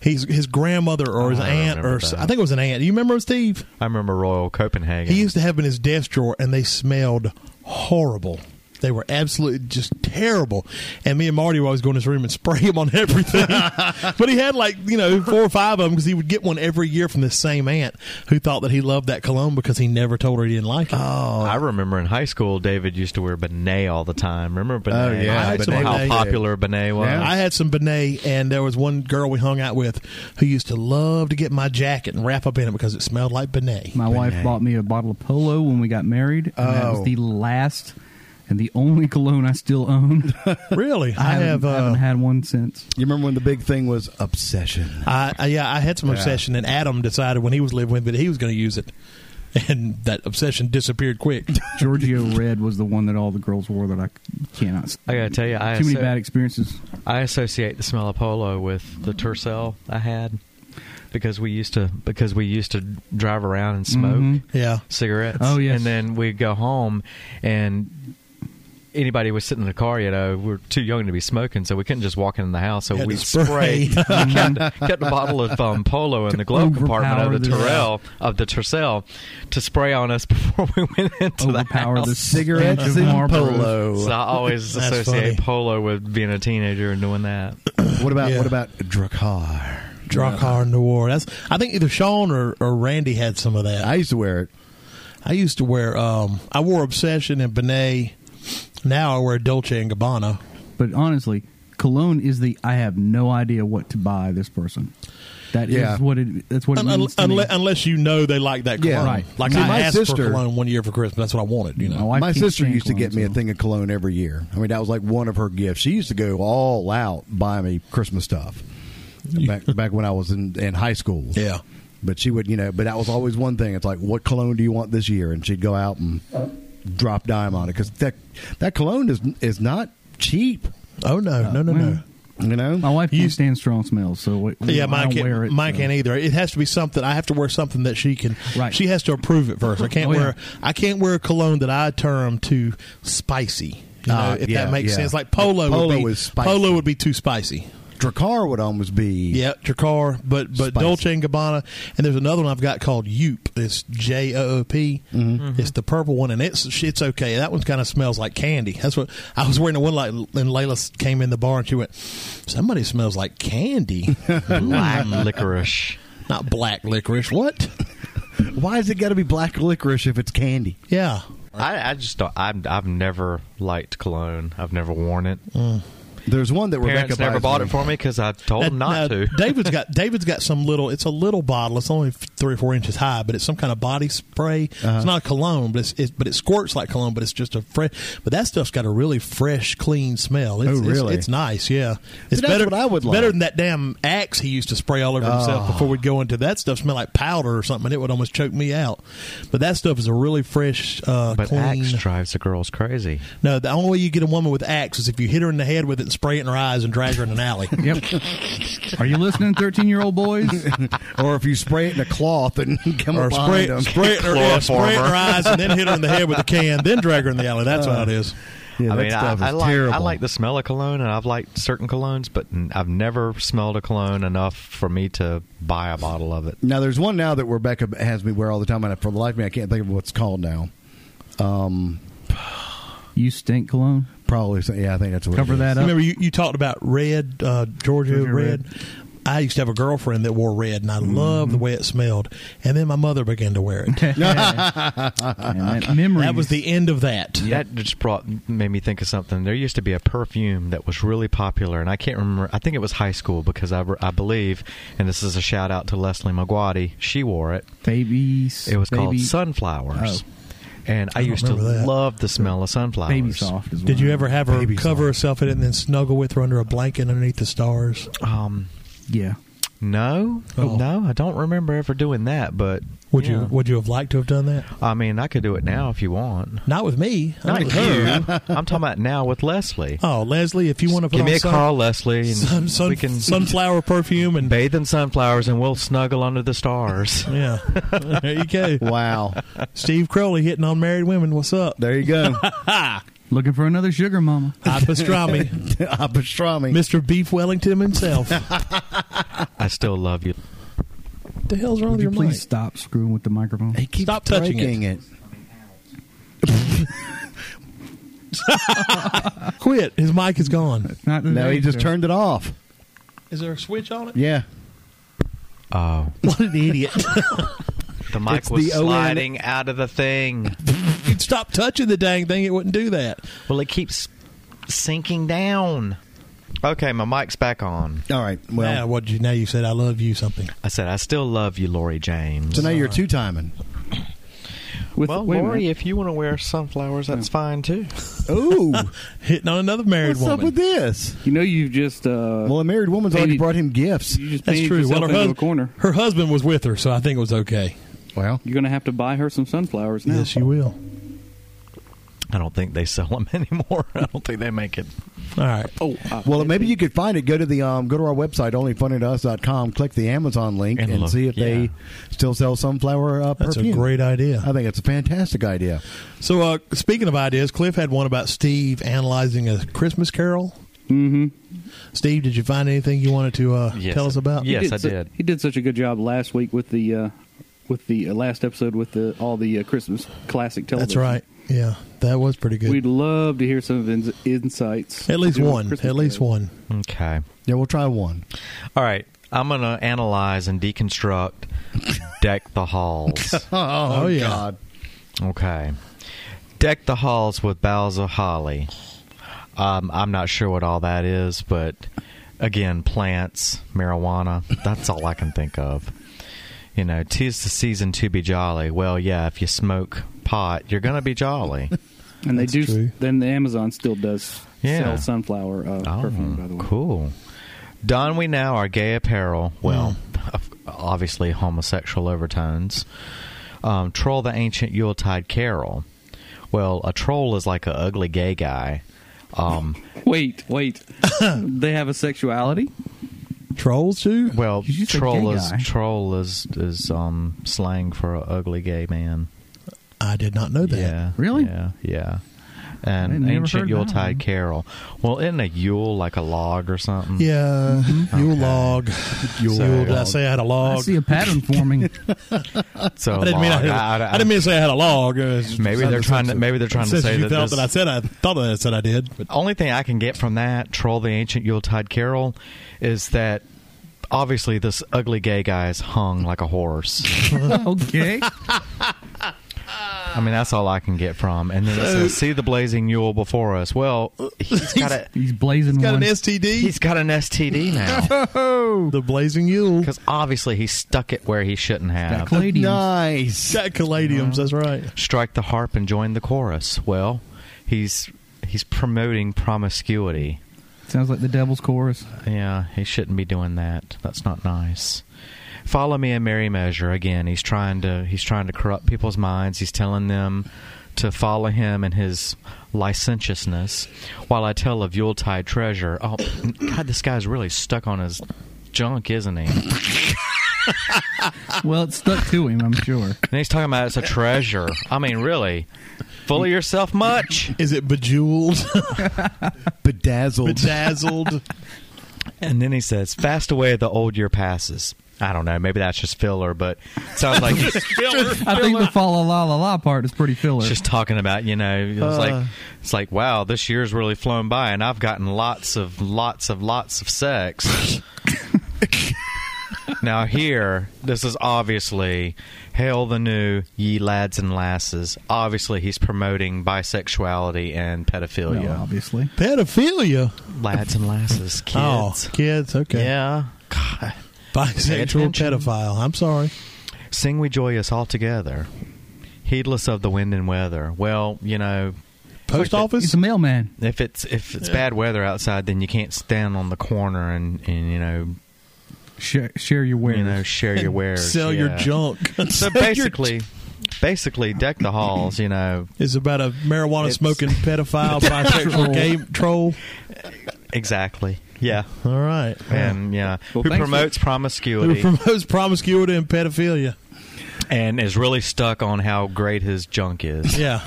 Speaker 2: He's his grandmother or his
Speaker 4: I
Speaker 2: aunt
Speaker 4: remember
Speaker 2: or s-
Speaker 4: that.
Speaker 2: I think it was an aunt. You remember Steve?
Speaker 4: I remember Royal Copenhagen.
Speaker 2: He used to have in his desk drawer, and they smelled horrible. They were absolutely just terrible. And me and Marty would always go in his room and spray him on everything. but he had like, you know, four or five of them because he would get one every year from this same aunt who thought that he loved that cologne because he never told her he didn't like it.
Speaker 4: I remember in high school, David used to wear Benet all the time. Remember
Speaker 1: Oh,
Speaker 4: Benet?
Speaker 1: yeah,
Speaker 2: I had some Benet.
Speaker 4: how
Speaker 2: Benet.
Speaker 4: popular Benet was.
Speaker 1: Yeah.
Speaker 2: I had some Benet, and there was one girl we hung out with who used to love to get my jacket and wrap up in it because it smelled like Benet.
Speaker 3: My wife bought me a bottle of Polo when we got married. And That
Speaker 1: Oh.
Speaker 3: was the last and the only cologne I still own.
Speaker 2: Really, I, have.
Speaker 3: haven't,
Speaker 2: Uh,
Speaker 3: haven't had one since.
Speaker 1: You remember when the big thing was obsession?
Speaker 2: I, I yeah, I had some
Speaker 1: Yeah.
Speaker 2: obsession, and Adam decided when he was living with it, he was going to use it, and that obsession disappeared quick.
Speaker 3: Giorgio Red was the one that all the girls wore that I cannot. stand.
Speaker 4: I gotta tell you, I
Speaker 3: too many
Speaker 4: so-
Speaker 3: bad experiences.
Speaker 4: I associate the smell of polo with the Tercel I had because we used to because we used to drive around and smoke
Speaker 3: Mhm.
Speaker 1: Mm-hmm.
Speaker 2: yeah,
Speaker 4: cigarettes.
Speaker 3: Oh, yes.
Speaker 4: and then we'd go home and. Anybody was sitting in the car, you know, we were too young to be smoking, so we couldn't just walk in the house. So
Speaker 2: Had to
Speaker 4: we
Speaker 2: spray.
Speaker 4: sprayed, kept, kept a bottle of um, Polo in the glove compartment
Speaker 3: overpower
Speaker 4: of the
Speaker 3: this-
Speaker 4: Terrell of the Tercel to spray on us before we went into the
Speaker 3: Overpower
Speaker 4: house.
Speaker 3: the
Speaker 1: Cigarettes
Speaker 3: stench of
Speaker 1: and
Speaker 3: Marlboro.
Speaker 4: So
Speaker 1: polo.
Speaker 4: I always
Speaker 2: That's
Speaker 4: associate
Speaker 2: funny.
Speaker 4: Polo with being a teenager and doing that.
Speaker 1: What about
Speaker 2: Yeah.
Speaker 1: what about Drakkar?
Speaker 2: Drakkar Noir. That's I think either Sean or, or Randy had some of that.
Speaker 1: I used to wear it.
Speaker 2: I used to wear um I wore Obsession and Benet. Now I wear Dolce and Gabbana.
Speaker 3: But honestly, cologne is the I have no idea what to buy this person. That is
Speaker 1: Yeah.
Speaker 3: what it. That's what it
Speaker 2: Un-
Speaker 3: means. to me.
Speaker 2: unle- unless you know they like that
Speaker 1: Yeah.
Speaker 2: cologne.
Speaker 1: Right.
Speaker 2: Like
Speaker 1: See, my
Speaker 2: I asked
Speaker 1: sister-
Speaker 2: for cologne one year for Christmas. That's what I wanted. You know.
Speaker 3: My wife
Speaker 1: My
Speaker 3: can't
Speaker 1: sister
Speaker 3: stand
Speaker 1: used to get
Speaker 3: cologne,
Speaker 1: me a
Speaker 3: so-
Speaker 1: thing of cologne every year. I mean, that was like one of her gifts. She used to go all out buy me Christmas stuff back back when I was in, in high school.
Speaker 2: Yeah.
Speaker 1: But she would, you know, but that was always one thing. It's like, what cologne do you want this year? And she'd go out and drop dime on it because that that cologne is is not cheap.
Speaker 2: Oh no, no, no, no.
Speaker 3: well,
Speaker 1: You know,
Speaker 3: My wife
Speaker 2: You-
Speaker 3: can't stand strong smells, so it,
Speaker 2: Yeah,
Speaker 3: I
Speaker 2: mine
Speaker 3: don't
Speaker 2: can't.
Speaker 3: wear it.
Speaker 2: mine
Speaker 3: so.
Speaker 2: can't either. It has to be something. I have to wear something that she can.
Speaker 3: Right.
Speaker 2: She has to approve it first. I can't
Speaker 3: Oh, yeah.
Speaker 2: wear. I can't wear a cologne that I term too spicy. You know,
Speaker 3: Uh,
Speaker 1: Ah,
Speaker 2: if
Speaker 1: yeah,
Speaker 2: that makes
Speaker 1: yeah.
Speaker 2: sense, like polo.
Speaker 1: Polo
Speaker 2: would be,
Speaker 1: is spicy.
Speaker 2: Polo would be too spicy.
Speaker 1: Drakkar would almost be.
Speaker 2: Yeah, Dracar, but
Speaker 1: Spicy.
Speaker 2: but Dolce and Gabbana, and there's another one I've got called Yoop. It's J O O P.
Speaker 3: Mm-hmm.
Speaker 2: It's the purple one, and it's it's okay. That one kind of smells like candy. That's what I was wearing. The one like, and Layla came in the bar and she went, "Somebody smells like candy,
Speaker 4: Black licorice.
Speaker 2: not black licorice." What?
Speaker 1: Why has it got to be black licorice if it's candy?
Speaker 2: Yeah,
Speaker 4: I, I just don't, I've, I've never liked cologne. I've never worn it.
Speaker 1: There's one that
Speaker 4: Parents
Speaker 1: Rebecca
Speaker 4: never
Speaker 1: buys
Speaker 4: bought
Speaker 1: me.
Speaker 4: it for me because I told them not
Speaker 2: Now,
Speaker 4: to.
Speaker 2: David's got David's got some little. It's a little bottle. It's only three or four inches high, but it's some kind of body spray.
Speaker 1: Uh-huh.
Speaker 2: It's not a cologne, but it's it, but it squirts like cologne, but it's just a fresh. But that stuff's got a really fresh, clean smell. It's,
Speaker 1: Oh,
Speaker 2: it's-
Speaker 1: really?
Speaker 2: It's, nice. Yeah, it's
Speaker 1: that's
Speaker 2: better.
Speaker 1: what I would like. Ah.
Speaker 2: Better than that damn axe he used to spray all over himself before we'd go into that stuff. Smelled like powder or something. and It would almost choke me out. But that stuff is a really fresh, uh,
Speaker 4: But
Speaker 2: clean.
Speaker 4: Axe drives the girls crazy.
Speaker 2: no, the only way you get a woman with axe is if you hit her in the head with it and spray it in her eyes and drag her in an alley.
Speaker 3: Yep. Are you listening, thirteen-year-old boys?
Speaker 1: or if you spray it in a cloth and come
Speaker 2: or
Speaker 1: up
Speaker 2: spray,
Speaker 1: behind 'em.
Speaker 2: spray it in her, yeah, spray it in
Speaker 4: Chloroform
Speaker 2: her
Speaker 4: her.
Speaker 2: eyes and then hit her in the head with a can, then drag her in the alley.
Speaker 4: Uh,
Speaker 2: That's how it is.
Speaker 1: Yeah,
Speaker 4: I
Speaker 1: that
Speaker 4: mean,
Speaker 1: stuff
Speaker 4: I, I
Speaker 1: is
Speaker 4: like
Speaker 1: terrible.
Speaker 4: I like the smell of cologne, and I've liked certain colognes, but n- I've never smelled a cologne enough for me to buy a bottle of it.
Speaker 1: Now there's one now that Rebecca has me wear all the time, and for the life of me, I can't think of what's called now.
Speaker 3: you stink cologne.
Speaker 1: Probably, so- yeah, I think that's what.
Speaker 3: Cover
Speaker 1: it is.
Speaker 3: that up.
Speaker 2: Remember, you, you talked about red, uh, Georgia,
Speaker 3: Georgia
Speaker 2: red.
Speaker 3: red.
Speaker 2: I used to have a girlfriend that wore red, and I
Speaker 4: Mm-hmm.
Speaker 2: loved the way it smelled. And then my mother began to wear it.
Speaker 3: and that memory.
Speaker 2: that was the end of that.
Speaker 4: That just brought made me think of something. There used to be a perfume that was really popular, and I can't remember. I think it was high school because I, I believe, and this is a shout out to Leslie McGuady. She wore it.
Speaker 3: babies.
Speaker 4: It was called
Speaker 3: baby,
Speaker 4: sunflowers,
Speaker 1: Oh.
Speaker 4: and I,
Speaker 2: I don't
Speaker 4: used to
Speaker 2: remember that.
Speaker 4: love the smell of sunflowers.
Speaker 3: Baby soft. Is
Speaker 2: Did
Speaker 3: what
Speaker 2: you
Speaker 3: I-
Speaker 2: ever have her
Speaker 1: Baby
Speaker 2: cover
Speaker 1: song.
Speaker 2: herself in it and then snuggle with her under a blanket underneath the stars?
Speaker 4: Um,
Speaker 3: Yeah.
Speaker 4: no,
Speaker 2: Oh.
Speaker 4: no, I don't remember ever doing that. But
Speaker 2: Would you
Speaker 4: yeah.
Speaker 2: Would you have liked to have done that?
Speaker 4: I mean, I could do it now if you want.
Speaker 2: Not with me.
Speaker 4: Not
Speaker 2: with
Speaker 4: you. I'm talking about now with Leslie.
Speaker 2: Oh, Leslie, if you want to put
Speaker 4: Give
Speaker 2: on
Speaker 4: me a
Speaker 2: sun-
Speaker 4: call, Leslie, and
Speaker 2: sun, sun,
Speaker 4: we can
Speaker 2: sunflower perfume and
Speaker 4: bathe in sunflowers, and we'll snuggle under the stars.
Speaker 2: Yeah. there you go.
Speaker 1: Wow,
Speaker 2: Steve Crowley hitting on married women. What's up?
Speaker 1: there you go.
Speaker 3: Looking for another sugar mama.
Speaker 2: Hot pastrami.
Speaker 1: Ah, pastrami.
Speaker 2: Mr. Beef Wellington himself.
Speaker 4: I still love you.
Speaker 2: the hell's wrong
Speaker 3: Would
Speaker 2: with
Speaker 3: you
Speaker 2: your
Speaker 3: please
Speaker 2: mic?
Speaker 3: stop screwing with the microphone?
Speaker 1: He keeps
Speaker 2: Stop touching
Speaker 1: breaking it.
Speaker 2: Quit. His mic is gone.
Speaker 6: Not the
Speaker 1: No, he just
Speaker 6: danger.
Speaker 1: turned it off.
Speaker 2: Is there a switch on it?
Speaker 1: Yeah.
Speaker 4: Oh,
Speaker 2: What an idiot!
Speaker 4: the mic
Speaker 1: It's
Speaker 4: was
Speaker 1: the ON.
Speaker 4: sliding out of the thing.
Speaker 2: You'd stop touching the dang thing; it wouldn't do that.
Speaker 4: Well, it keeps sinking down. Okay, my mic's back on.
Speaker 1: All right. Well,
Speaker 2: Well, now, what you now you said I love you something.
Speaker 4: I said, I still love you, Lori James.
Speaker 1: so now you're two timing.
Speaker 3: With,
Speaker 4: well,
Speaker 3: wait a
Speaker 4: Lori,
Speaker 3: minute.
Speaker 4: if you want to wear sunflowers, that's fine too.
Speaker 1: Ooh.
Speaker 2: Hitting on another married
Speaker 1: what's
Speaker 2: woman.
Speaker 1: up with this?
Speaker 3: you know you've just uh,
Speaker 1: Well, a married woman's already
Speaker 3: Maybe-
Speaker 1: brought him gifts.
Speaker 3: you just
Speaker 2: That's
Speaker 3: painted
Speaker 2: true.
Speaker 3: yourself
Speaker 2: Well, her,
Speaker 3: into a
Speaker 2: hus-
Speaker 3: corner.
Speaker 2: her husband was with her, so I think it was okay.
Speaker 1: Well,
Speaker 3: You're gonna have to buy her some sunflowers now.
Speaker 2: Yes, you will.
Speaker 4: I don't think they sell them anymore. I don't think they make it.
Speaker 2: All right.
Speaker 3: Oh, uh,
Speaker 1: well, maybe you could find it. Go to the um, go to our website onlyfunnytous.com, click the Amazon link,
Speaker 4: And
Speaker 1: and,
Speaker 4: look,
Speaker 1: see if
Speaker 4: yeah.
Speaker 1: they still sell sunflower uh,
Speaker 2: That's
Speaker 1: perfume.
Speaker 2: a great idea.
Speaker 1: I think it's a fantastic idea.
Speaker 2: So, uh, speaking of ideas, Cliff had one about Steve analyzing a Christmas carol.
Speaker 3: Mm-hmm.
Speaker 2: Steve, did you find anything you wanted to uh,
Speaker 4: Yes.
Speaker 2: tell us about?
Speaker 4: Yes, I
Speaker 3: su-
Speaker 4: did.
Speaker 3: He did such a good job last week with the uh, with the uh, last episode with the all the uh, Christmas classic television.
Speaker 2: That's right. Yeah, that was pretty good.
Speaker 3: We'd love to hear some of his insights.
Speaker 2: at least
Speaker 3: to do with
Speaker 2: one.
Speaker 3: Christmas
Speaker 2: At least
Speaker 3: carols.
Speaker 2: one.
Speaker 4: Okay.
Speaker 1: Yeah, we'll try one.
Speaker 4: All right. I'm going to analyze and deconstruct Deck the Halls.
Speaker 1: Oh,
Speaker 2: yeah.
Speaker 4: Okay. Deck the halls with boughs of holly. Um, I'm not sure what all that is, but again, plants, marijuana, that's all I can think of. You know, tis the season to be jolly. Well, yeah, if you smoke pot, you're going to be jolly.
Speaker 3: And
Speaker 2: That's
Speaker 3: they do.
Speaker 2: true.
Speaker 3: Then the Amazon still does
Speaker 4: Yeah. Oh,
Speaker 3: sell sunflower uh, perfume. By the way,
Speaker 4: Cool. Don we now our gay apparel. Well, obviously homosexual overtones. Um, troll the ancient Yuletide carol. Well, a troll is like a ugly gay guy. Um,
Speaker 3: Wait, wait. they have a sexuality.
Speaker 2: Trolls too.
Speaker 4: well,
Speaker 3: Did you say
Speaker 4: troll
Speaker 3: gay
Speaker 4: is
Speaker 3: guy?
Speaker 4: troll is is um, slang for a ugly gay man.
Speaker 2: I did not know that.
Speaker 4: Yeah,
Speaker 3: Really?
Speaker 4: Yeah, yeah.
Speaker 6: I'd
Speaker 4: And
Speaker 6: never
Speaker 4: ancient
Speaker 6: heard that
Speaker 4: Yuletide
Speaker 6: one.
Speaker 4: carol. Well, isn't a Yule like a log or something?
Speaker 2: Yeah,
Speaker 3: Mm-hmm.
Speaker 2: Yule log. Yule, Did I
Speaker 4: log.
Speaker 2: say I had a
Speaker 6: I
Speaker 4: Oh,
Speaker 2: log?
Speaker 6: see a pattern forming.
Speaker 4: So
Speaker 2: I didn't mean I,
Speaker 4: log.
Speaker 2: had,
Speaker 4: I- I-
Speaker 2: I didn't mean to say I had a log. Uh, it's-
Speaker 4: Maybe
Speaker 2: it's
Speaker 4: they're
Speaker 2: not
Speaker 4: trying to-
Speaker 2: offensive.
Speaker 4: maybe they're trying to
Speaker 2: Since
Speaker 4: say
Speaker 2: you
Speaker 4: that
Speaker 2: thought that
Speaker 4: this-
Speaker 2: I said I thought that I said I did. But
Speaker 4: only thing I can get from that troll the ancient Yuletide Carol is that obviously this ugly gay guy is hung like a horse.
Speaker 6: okay.
Speaker 4: I mean, that's all I can get from. And then it says, "See the blazing Yule before us." Well, he's got a
Speaker 6: He's blazing
Speaker 2: he's got
Speaker 6: one.
Speaker 2: an STD.
Speaker 4: he's got an STD now
Speaker 2: The blazing Yule.
Speaker 4: because obviously he stuck it where he shouldn't have.
Speaker 6: Palladiums.
Speaker 1: Nice.
Speaker 2: Got caladiums. That's right.
Speaker 4: Strike the harp and join the chorus. Well, he's he's promoting promiscuity.
Speaker 6: Sounds like the devil's chorus.
Speaker 4: Yeah, he shouldn't be doing that. That's not nice. Follow me in merry measure. Again, he's trying to he's trying to corrupt people's minds. He's telling them to follow him and his licentiousness. While I tell of Yuletide treasure. Oh God, this guy's really stuck on his junk, isn't he? And
Speaker 6: Well, it stuck to him, I'm sure.
Speaker 4: he's talking about it's a treasure. I mean, really. Full of yourself much.
Speaker 2: Is it bejeweled,
Speaker 1: Bedazzled.
Speaker 2: bedazzled?
Speaker 4: And then he says, Fast away the old year passes. I don't know, maybe that's just filler, but it sounds like he's
Speaker 6: I think the fa la la la la part is pretty filler.
Speaker 4: It's just talking about you know it's
Speaker 2: Uh.
Speaker 4: like it's like wow this year's really flown by and I've gotten lots of lots of lots of sex. now here this is obviously hail the new ye lads and lasses. Obviously he's promoting bisexuality and
Speaker 6: Well,
Speaker 4: pedophilia.
Speaker 6: obviously.
Speaker 2: Pedophilia.
Speaker 4: lads and lasses, kids.
Speaker 2: Oh, kids. Okay.
Speaker 4: Yeah. God. Pay
Speaker 2: Bisexual
Speaker 4: attention.
Speaker 2: pedophile. I'm sorry.
Speaker 4: Sing we joyous all together, heedless of the wind and weather. Well, you know,
Speaker 2: Post office.
Speaker 6: He's a mailman.
Speaker 4: if it's if it's bad weather outside, then you can't stand on the corner and, and you know
Speaker 6: Share, share your wares.
Speaker 4: you know share your wares,
Speaker 2: Sell your
Speaker 4: yeah.
Speaker 2: junk.
Speaker 4: So basically, basically deck the halls. You know
Speaker 2: it's about a marijuana smoking pedophile bisexual gay troll.
Speaker 4: exactly. Yeah,
Speaker 2: All right.
Speaker 4: and yeah,
Speaker 3: Well,
Speaker 4: who
Speaker 3: thanks
Speaker 4: promotes
Speaker 2: Who
Speaker 4: promiscuity
Speaker 2: promotes promiscuity and pedophilia?
Speaker 4: and is really stuck on how great his junk is.
Speaker 2: Yeah.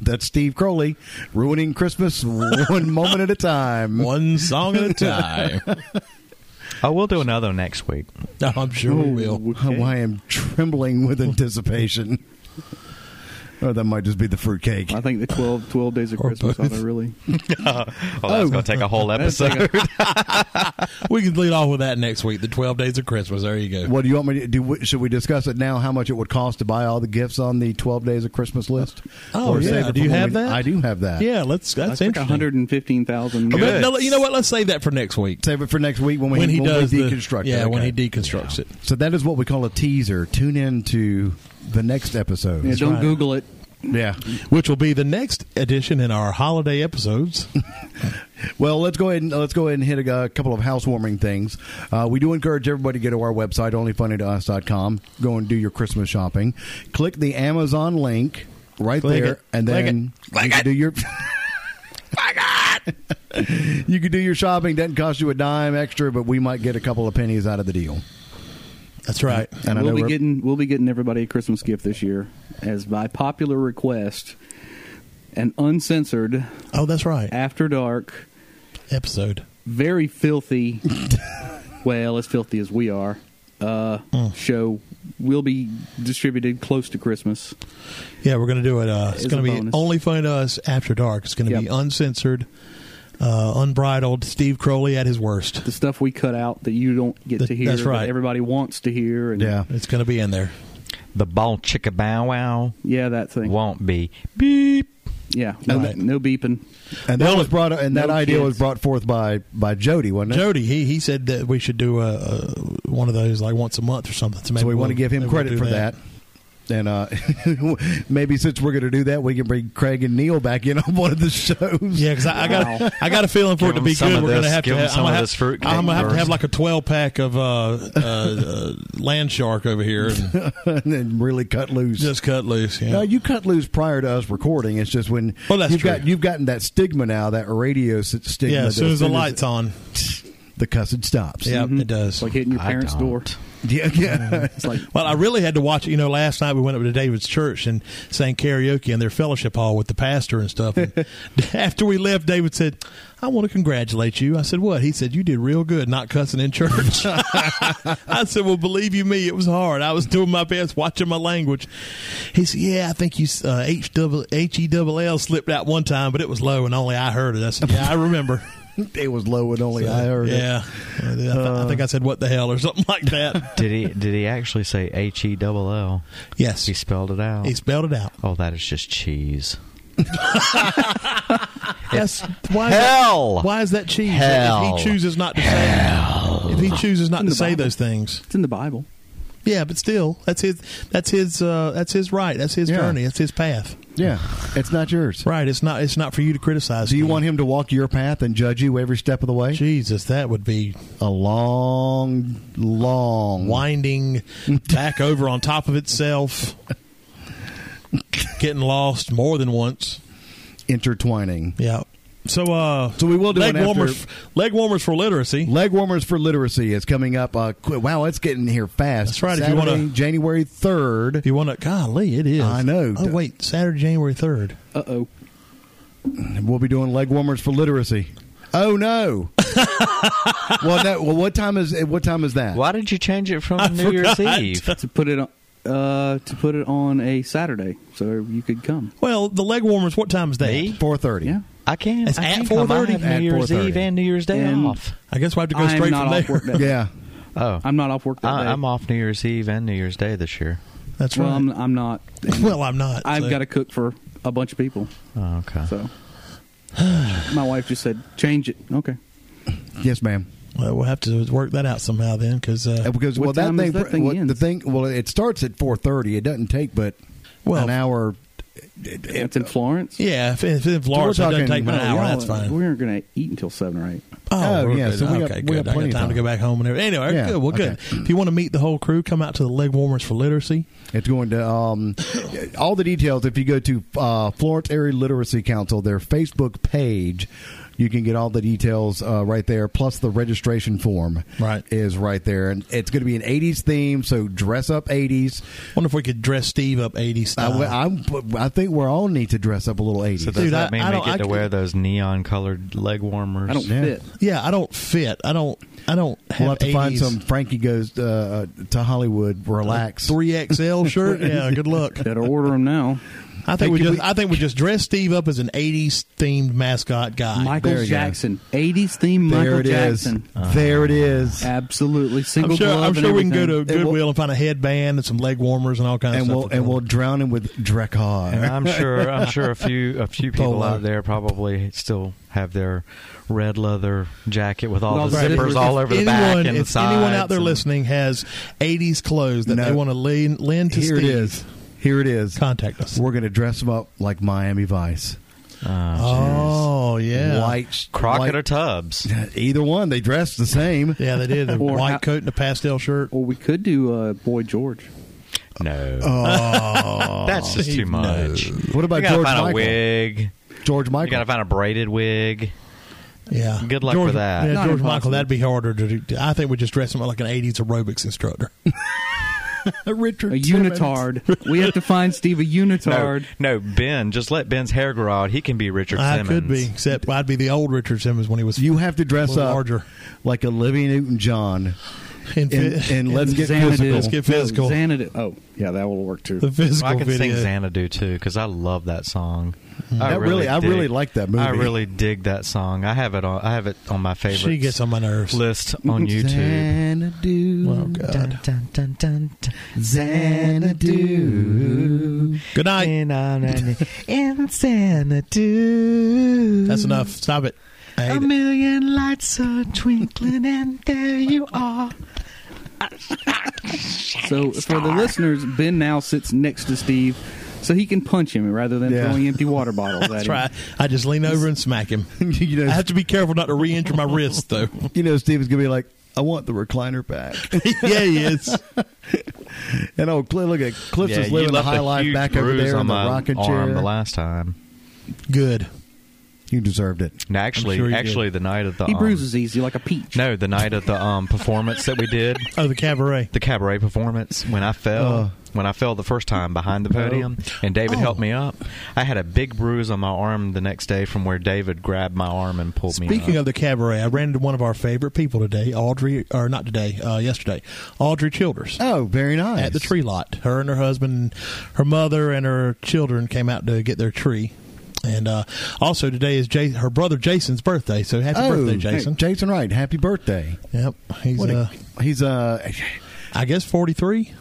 Speaker 1: That's Steve Crowley ruining Christmas one moment at a time.
Speaker 2: One song at a time.
Speaker 4: I will Oh, do another next week. Oh,
Speaker 2: No, I'm sure we will.
Speaker 1: Oh, I am trembling with anticipation. Oh, that might just be the fruitcake.
Speaker 3: I think the 12, 12 days of
Speaker 2: Or
Speaker 3: Christmas ought
Speaker 2: both.
Speaker 3: to really.
Speaker 4: Oh, that's going to take a whole episode.
Speaker 2: We can lead off with that next week. The twelve days of Christmas. There you go.
Speaker 1: What do you want me to do? Should we discuss it now? How much it would cost to buy all the gifts on the twelve days of Christmas list?
Speaker 2: Oh, yeah.
Speaker 1: save it
Speaker 2: Do you
Speaker 1: for when
Speaker 2: have
Speaker 1: we-
Speaker 2: that?
Speaker 1: I do have that.
Speaker 2: Yeah, let's. That's
Speaker 3: That's like
Speaker 2: interesting.
Speaker 3: 115,000.
Speaker 2: But no, you know what? Let's save that for next week
Speaker 1: Save it for next week when we
Speaker 2: when he does
Speaker 1: we
Speaker 2: the-
Speaker 1: deconstruct. it.
Speaker 2: Yeah, when
Speaker 1: Okay.
Speaker 2: he deconstructs it.
Speaker 1: So that is what we call a teaser. Tune in to the next episode.
Speaker 3: Yeah, don't
Speaker 2: right.
Speaker 3: Google it.
Speaker 1: Yeah.
Speaker 2: which will be the next edition in our holiday episodes.
Speaker 1: Well, let's go ahead and let's go ahead and hit a, a couple of housewarming things. Uh, we do encourage everybody to go to our website, onlyfunnytous.com. Go and do your Christmas shopping. Click the Amazon link right
Speaker 2: Click
Speaker 1: there,
Speaker 2: it.
Speaker 1: and
Speaker 2: Click
Speaker 1: then
Speaker 2: it. Click
Speaker 1: you can
Speaker 2: it.
Speaker 1: do your. you can do your shopping. Doesn't cost you a dime extra, but we might get a couple of pennies out of the deal.
Speaker 2: That's right.
Speaker 1: And I
Speaker 3: we'll
Speaker 1: know
Speaker 3: be
Speaker 1: we're-
Speaker 3: getting we'll be getting everybody a Christmas gift this year, as by popular request, an uncensored,
Speaker 2: Oh, that's right.
Speaker 3: after dark,
Speaker 2: Episode.
Speaker 3: very filthy. well, as filthy as we are, uh, show will be distributed close to Christmas.
Speaker 2: Yeah, we're going to do it. Uh, it's
Speaker 3: It's
Speaker 2: going
Speaker 3: a
Speaker 2: to be
Speaker 3: bonus.
Speaker 2: only funny to us after dark. It's going to be
Speaker 3: Yep.
Speaker 2: uncensored, uh, unbridled. Steve Crowley at his worst.
Speaker 3: The stuff we cut out that you don't get
Speaker 2: That-
Speaker 3: to hear,
Speaker 2: that's
Speaker 3: that
Speaker 2: right.
Speaker 3: everybody wants to hear, and
Speaker 1: Yeah.
Speaker 2: It's going to be in there.
Speaker 4: the ball chicka bow wow
Speaker 3: yeah, that thing,
Speaker 4: won't be beep.
Speaker 3: yeah, no,
Speaker 2: Right.
Speaker 3: no beeping.
Speaker 1: And that
Speaker 2: No,
Speaker 1: was brought and that
Speaker 3: no
Speaker 1: idea was
Speaker 3: kids.
Speaker 1: brought forth by by Jody, wasn't it?
Speaker 2: Jody, he he said that we should do a, a one of those like once a month or something. So,
Speaker 1: So
Speaker 2: maybe
Speaker 1: we want to
Speaker 2: we'll-
Speaker 1: give him
Speaker 2: maybe we'll
Speaker 1: credit
Speaker 2: do
Speaker 1: for that. And uh, maybe since we're going to do that, we can bring Craig and Neil back in on one of the shows.
Speaker 2: Yeah, because I, I got I got a feeling for
Speaker 4: Give
Speaker 2: it to
Speaker 4: him
Speaker 2: be
Speaker 4: some
Speaker 2: good.
Speaker 4: of
Speaker 2: We're gonna
Speaker 4: this.
Speaker 2: have
Speaker 4: Give
Speaker 2: to.
Speaker 4: him
Speaker 2: Have,
Speaker 4: some
Speaker 2: I'm
Speaker 4: of
Speaker 2: gonna
Speaker 4: this
Speaker 2: have,
Speaker 4: fruitcake
Speaker 2: I'm gonna have to have
Speaker 4: first.
Speaker 2: like a 12 pack of uh, uh, uh, land shark over here and
Speaker 1: and then really cut loose.
Speaker 2: just cut loose. Yeah.
Speaker 1: no, you cut loose prior to us recording. It's just when
Speaker 2: Well, that's
Speaker 1: you've
Speaker 2: true.
Speaker 1: got you've gotten that stigma now, that radio s- stigma.
Speaker 2: Yeah,
Speaker 1: that
Speaker 2: as soon as the light's on. Mm-hmm.
Speaker 1: the cussing stops.
Speaker 2: Yeah, Mm-hmm.
Speaker 3: Mhm.
Speaker 2: it does.
Speaker 3: It's like hitting your
Speaker 4: I
Speaker 3: parents'
Speaker 4: don't.
Speaker 3: door.
Speaker 1: yeah, yeah.
Speaker 3: It's like
Speaker 2: well, I really had to watch it. You know, last night we went up to David's church and sang karaoke in their fellowship hall with the pastor and stuff. And after we left, David said, I want to congratulate you. I said, What? He said, You did real good not cussing in church. I said, Well, believe you me, it was hard. I was doing my best, watching my language. He said, Yeah, I think you uh, H double- H-E-double-L slipped out one time, but it was low and only I heard it. I said, Yeah, I remember.
Speaker 1: it was low and only I heard it.
Speaker 2: yeah. I, th- I think I said, What the hell, or something like that.
Speaker 4: Did he? Did he actually say H E double L?
Speaker 2: yes.
Speaker 4: He spelled it out.
Speaker 2: He spelled it out.
Speaker 4: oh, that is just cheese.
Speaker 2: Yes. Why is
Speaker 4: Hell!
Speaker 2: That, why is that cheese?
Speaker 4: Hell.
Speaker 2: If he chooses not to say, if he chooses not
Speaker 3: In
Speaker 2: to
Speaker 3: the
Speaker 2: say
Speaker 3: Bible.
Speaker 2: those things,
Speaker 3: it's in the Bible.
Speaker 2: yeah, but still, that's his. That's his. Uh, that's his right. That's his
Speaker 1: Yeah.
Speaker 2: journey. That's his path.
Speaker 1: Yeah, it's not yours.
Speaker 2: Right. It's not. It's not for you to criticize.
Speaker 1: Do you
Speaker 2: Steve.
Speaker 1: want him to walk your path and judge you every step of the way?
Speaker 2: Jesus, that would be
Speaker 1: A long, long,
Speaker 2: winding back over on top of itself, getting lost more than once.
Speaker 1: intertwining.
Speaker 2: Yeah. So, uh,
Speaker 1: So we will do
Speaker 2: leg
Speaker 1: one after-
Speaker 2: warmers. Leg warmers for literacy.
Speaker 1: Leg warmers for literacy is coming up. Uh, qu- wow, it's getting here fast.
Speaker 2: That's right, if you
Speaker 1: Saturday,
Speaker 2: wanna-
Speaker 1: January
Speaker 2: if
Speaker 1: third.
Speaker 2: you want to, golly, it is.
Speaker 1: I know.
Speaker 2: Oh wait, Saturday, January third.
Speaker 3: Uh oh.
Speaker 1: We'll be doing leg warmers for literacy. Oh no! well, no, well, what time is what time is that?
Speaker 4: Why did you change it from New
Speaker 2: forgot.
Speaker 4: Year's Eve?
Speaker 3: to put it on, uh, to put it on a Saturday so you could come.
Speaker 2: Well, the leg warmers. What time is that?
Speaker 4: Me?
Speaker 1: Four thirty.
Speaker 3: Yeah,
Speaker 4: I can.
Speaker 2: It's
Speaker 4: I
Speaker 2: at
Speaker 4: can come. I
Speaker 2: 4:30.
Speaker 4: have
Speaker 1: At
Speaker 4: New Year's
Speaker 1: 4:30.
Speaker 4: Eve and New Year's Day
Speaker 3: And-
Speaker 4: off.
Speaker 2: I guess we will have to go
Speaker 3: I'm
Speaker 2: straight
Speaker 3: not
Speaker 2: from
Speaker 3: off
Speaker 2: there.
Speaker 3: work that day.
Speaker 1: Yeah.
Speaker 4: Oh,
Speaker 3: I'm not off work that day.
Speaker 4: I, am off New Year's Eve and New Year's Day this year.
Speaker 2: That's
Speaker 3: Well,
Speaker 2: right.
Speaker 3: I'm, I'm not. And
Speaker 2: well, I'm not.
Speaker 3: I've
Speaker 2: so-
Speaker 3: got to cook for a bunch of people,
Speaker 4: Oh, okay.
Speaker 3: so my wife just said change it. Okay,
Speaker 1: Yes, ma'am.
Speaker 2: Well, we'll have to work that out somehow then, because
Speaker 1: Uh,
Speaker 2: uh,
Speaker 1: Because
Speaker 3: What
Speaker 1: well, that
Speaker 3: time
Speaker 1: thing,
Speaker 3: is that thing
Speaker 1: well, the
Speaker 3: ends?
Speaker 1: thing. Well, it starts at four thirty. It doesn't take but
Speaker 2: Well,
Speaker 1: an hour.
Speaker 3: it's in Florence.
Speaker 2: yeah, if, if, if Lawrence
Speaker 1: we're
Speaker 2: doesn't
Speaker 1: talking
Speaker 2: take an
Speaker 1: about-
Speaker 2: hour,
Speaker 3: Y'all,
Speaker 2: that's fine.
Speaker 3: We're going to eat until seven or eight.
Speaker 1: Oh,
Speaker 2: we're
Speaker 1: yeah,
Speaker 2: good.
Speaker 1: so we got-
Speaker 2: okay,
Speaker 1: we
Speaker 2: good.
Speaker 1: got
Speaker 2: I
Speaker 1: plenty
Speaker 2: got
Speaker 1: of
Speaker 2: time to
Speaker 1: time.
Speaker 2: go back home and everything. Anyway,
Speaker 1: Yeah,
Speaker 2: good. Well, good.
Speaker 1: okay.
Speaker 2: If you want to meet the whole crew, come out to the leg warmers for literacy.
Speaker 1: It's going to um, all the details. If you go to uh, Florence Area Literacy Council, their Facebook page, you can get all the details uh, right there. Plus, the registration form
Speaker 2: Right.
Speaker 1: is right there, and it's going to be an '80s theme. So dress up '80s.
Speaker 2: Wonder if we could dress Steve up 80
Speaker 1: I,
Speaker 2: style.
Speaker 1: I- I think we're all need to dress up a little '80s.
Speaker 4: So does
Speaker 2: Dude,
Speaker 4: that
Speaker 2: I-
Speaker 4: mean
Speaker 2: I
Speaker 4: we
Speaker 2: don't-
Speaker 4: get
Speaker 2: I
Speaker 4: to
Speaker 2: c-
Speaker 4: wear those neon colored leg warmers?
Speaker 3: I don't
Speaker 1: Yeah.
Speaker 3: fit.
Speaker 2: yeah, I don't fit. I don't. I don't have,
Speaker 1: We'll have to find
Speaker 2: 80s.
Speaker 1: some Frankie goes uh, to Hollywood. Relax.
Speaker 2: 3XL shirt. Yeah, good luck.
Speaker 3: Better order them now.
Speaker 2: I think we
Speaker 1: Hey, can
Speaker 2: just I think we just dress Steve up as an 80s themed mascot guy.
Speaker 1: there
Speaker 3: Michael
Speaker 1: you go.
Speaker 3: Jackson, '80s theme
Speaker 1: There
Speaker 3: Michael
Speaker 1: it is.
Speaker 3: Jackson. Ah.
Speaker 1: there it is.
Speaker 3: Absolutely, single
Speaker 2: I'm sure,
Speaker 3: glove
Speaker 2: I'm
Speaker 3: and
Speaker 2: sure we can go to
Speaker 3: everything.
Speaker 2: Goodwill
Speaker 1: And we'll-
Speaker 2: and find a headband and some leg warmers and all kinds
Speaker 1: And
Speaker 2: of
Speaker 1: we'll
Speaker 2: stuff.
Speaker 1: and we'll drown him with
Speaker 4: And
Speaker 1: Drakkar.
Speaker 4: I'm sure I'm sure a few a few people
Speaker 1: Polo.
Speaker 4: out there probably still have their red leather jacket with all
Speaker 3: Well,
Speaker 4: the
Speaker 3: right.
Speaker 4: zippers
Speaker 3: If
Speaker 4: all over the
Speaker 2: anyone,
Speaker 4: back and the
Speaker 2: if
Speaker 4: sides.
Speaker 2: anyone out there
Speaker 4: and-
Speaker 2: listening has 80s clothes that
Speaker 1: No.
Speaker 2: they want to lend, lend to
Speaker 1: Here it
Speaker 2: Steve,
Speaker 1: is. Here it is.
Speaker 2: contact us.
Speaker 1: We're gonna dress him up like Miami Vice.
Speaker 4: Oh,
Speaker 2: Oh yeah,
Speaker 1: White
Speaker 4: jeez. Crockett
Speaker 1: white-
Speaker 4: or Tubbs.
Speaker 1: Either one. They dress the same.
Speaker 2: Yeah, they did. The
Speaker 3: Or
Speaker 2: white
Speaker 3: how-
Speaker 2: coat and the pastel shirt.
Speaker 3: Or we could do uh, Boy George.
Speaker 4: No,
Speaker 1: Oh.
Speaker 4: that's just too
Speaker 2: Steve, no.
Speaker 4: much.
Speaker 1: what about
Speaker 4: you gotta
Speaker 1: George
Speaker 4: find a
Speaker 1: Michael?
Speaker 4: wig.
Speaker 1: George
Speaker 4: You
Speaker 1: Michael.
Speaker 4: gotta find a braided wig.
Speaker 2: Yeah,
Speaker 4: Good luck
Speaker 2: George,
Speaker 4: with that.
Speaker 2: Yeah,
Speaker 3: Not
Speaker 2: George
Speaker 3: impossible.
Speaker 2: Michael, that'd be harder to do. I think we just dress him up like an '80s aerobics instructor. Richard,
Speaker 3: A unitard. we have to find Steve a
Speaker 4: No,
Speaker 3: unitard.
Speaker 4: no, Ben. Just let Ben's hair grow out. He can be Richard
Speaker 2: I
Speaker 4: Simmons.
Speaker 2: could be, except I'd be the old Richard Simmons when he was
Speaker 1: you have to dress
Speaker 2: little
Speaker 1: up
Speaker 2: larger.
Speaker 1: like Olivia Newton John.
Speaker 2: in,
Speaker 1: And,
Speaker 2: fi-
Speaker 1: and let's get
Speaker 3: Xanadu.
Speaker 1: physical.
Speaker 2: Let's get physical.
Speaker 3: No, Xanadu. Oh, yeah, that will work too.
Speaker 2: the physical
Speaker 4: I can
Speaker 2: video.
Speaker 4: sing Xanadu too because I love that song.
Speaker 1: Mm-hmm. That really- I really like that movie.
Speaker 4: I really dig that song. I have it on. I have it on my favorite.
Speaker 2: She gets on my nerves.
Speaker 4: list on YouTube.
Speaker 1: Xanadu.
Speaker 2: Oh, God.
Speaker 4: dun, dun, dun, dun.
Speaker 1: Xanadu.
Speaker 2: Good night.
Speaker 4: And I'm an Insanity.
Speaker 2: That's enough. Stop it. I hate
Speaker 4: A
Speaker 2: it.
Speaker 4: million lights are twinkling, and there you are.
Speaker 3: So for the listeners, Ben now sits next to Steve, so he can punch him rather than
Speaker 1: Yeah.
Speaker 3: throwing empty water bottles at
Speaker 2: That's
Speaker 3: him.
Speaker 2: right. I just lean over and smack him.
Speaker 1: you
Speaker 2: I
Speaker 1: know,
Speaker 2: have to be careful not to re-injure my wrist, though.
Speaker 1: you know, Steven's gonna be like, "I want the recliner back."
Speaker 2: yeah, he is.
Speaker 1: and oh, Cliff, look at Cliff
Speaker 4: Yeah,
Speaker 1: is
Speaker 4: you
Speaker 1: living the
Speaker 4: left
Speaker 1: high
Speaker 4: a
Speaker 1: life
Speaker 4: huge
Speaker 1: back over
Speaker 4: bruise
Speaker 1: there
Speaker 4: on
Speaker 1: in the
Speaker 4: my
Speaker 1: rocking
Speaker 4: arm
Speaker 1: chair.
Speaker 4: the last time.
Speaker 2: Good.
Speaker 1: You deserved it.
Speaker 4: No, actually,
Speaker 2: sure you did.
Speaker 4: actually, the night of the
Speaker 3: He
Speaker 4: um,
Speaker 3: bruises easy like a peach.
Speaker 4: No, the night of the um, performance that we did,
Speaker 2: Oh, the cabaret.
Speaker 4: the cabaret performance, when I fell,
Speaker 1: Oh.
Speaker 4: when I fell the first time behind the podium, and David
Speaker 2: Uh. Oh.
Speaker 4: helped me up, I had a big bruise on my arm the next day from where David grabbed my arm and pulled me.
Speaker 2: Speaking
Speaker 4: up.
Speaker 2: of the cabaret, I ran into one of our favorite people today, Audrey, or not today, uh, yesterday, Audrey Childers
Speaker 1: Oh, very nice.
Speaker 2: at the tree lot. Her and her husband, her mother, and her children came out to get their tree. And uh, also today is Jay- her brother Jason's birthday, so happy
Speaker 1: oh,
Speaker 2: birthday, Jason!
Speaker 1: hey, Jason Wright, happy birthday.
Speaker 2: Yep, he's
Speaker 1: What
Speaker 2: uh,
Speaker 1: a, he's uh,
Speaker 2: I guess forty three.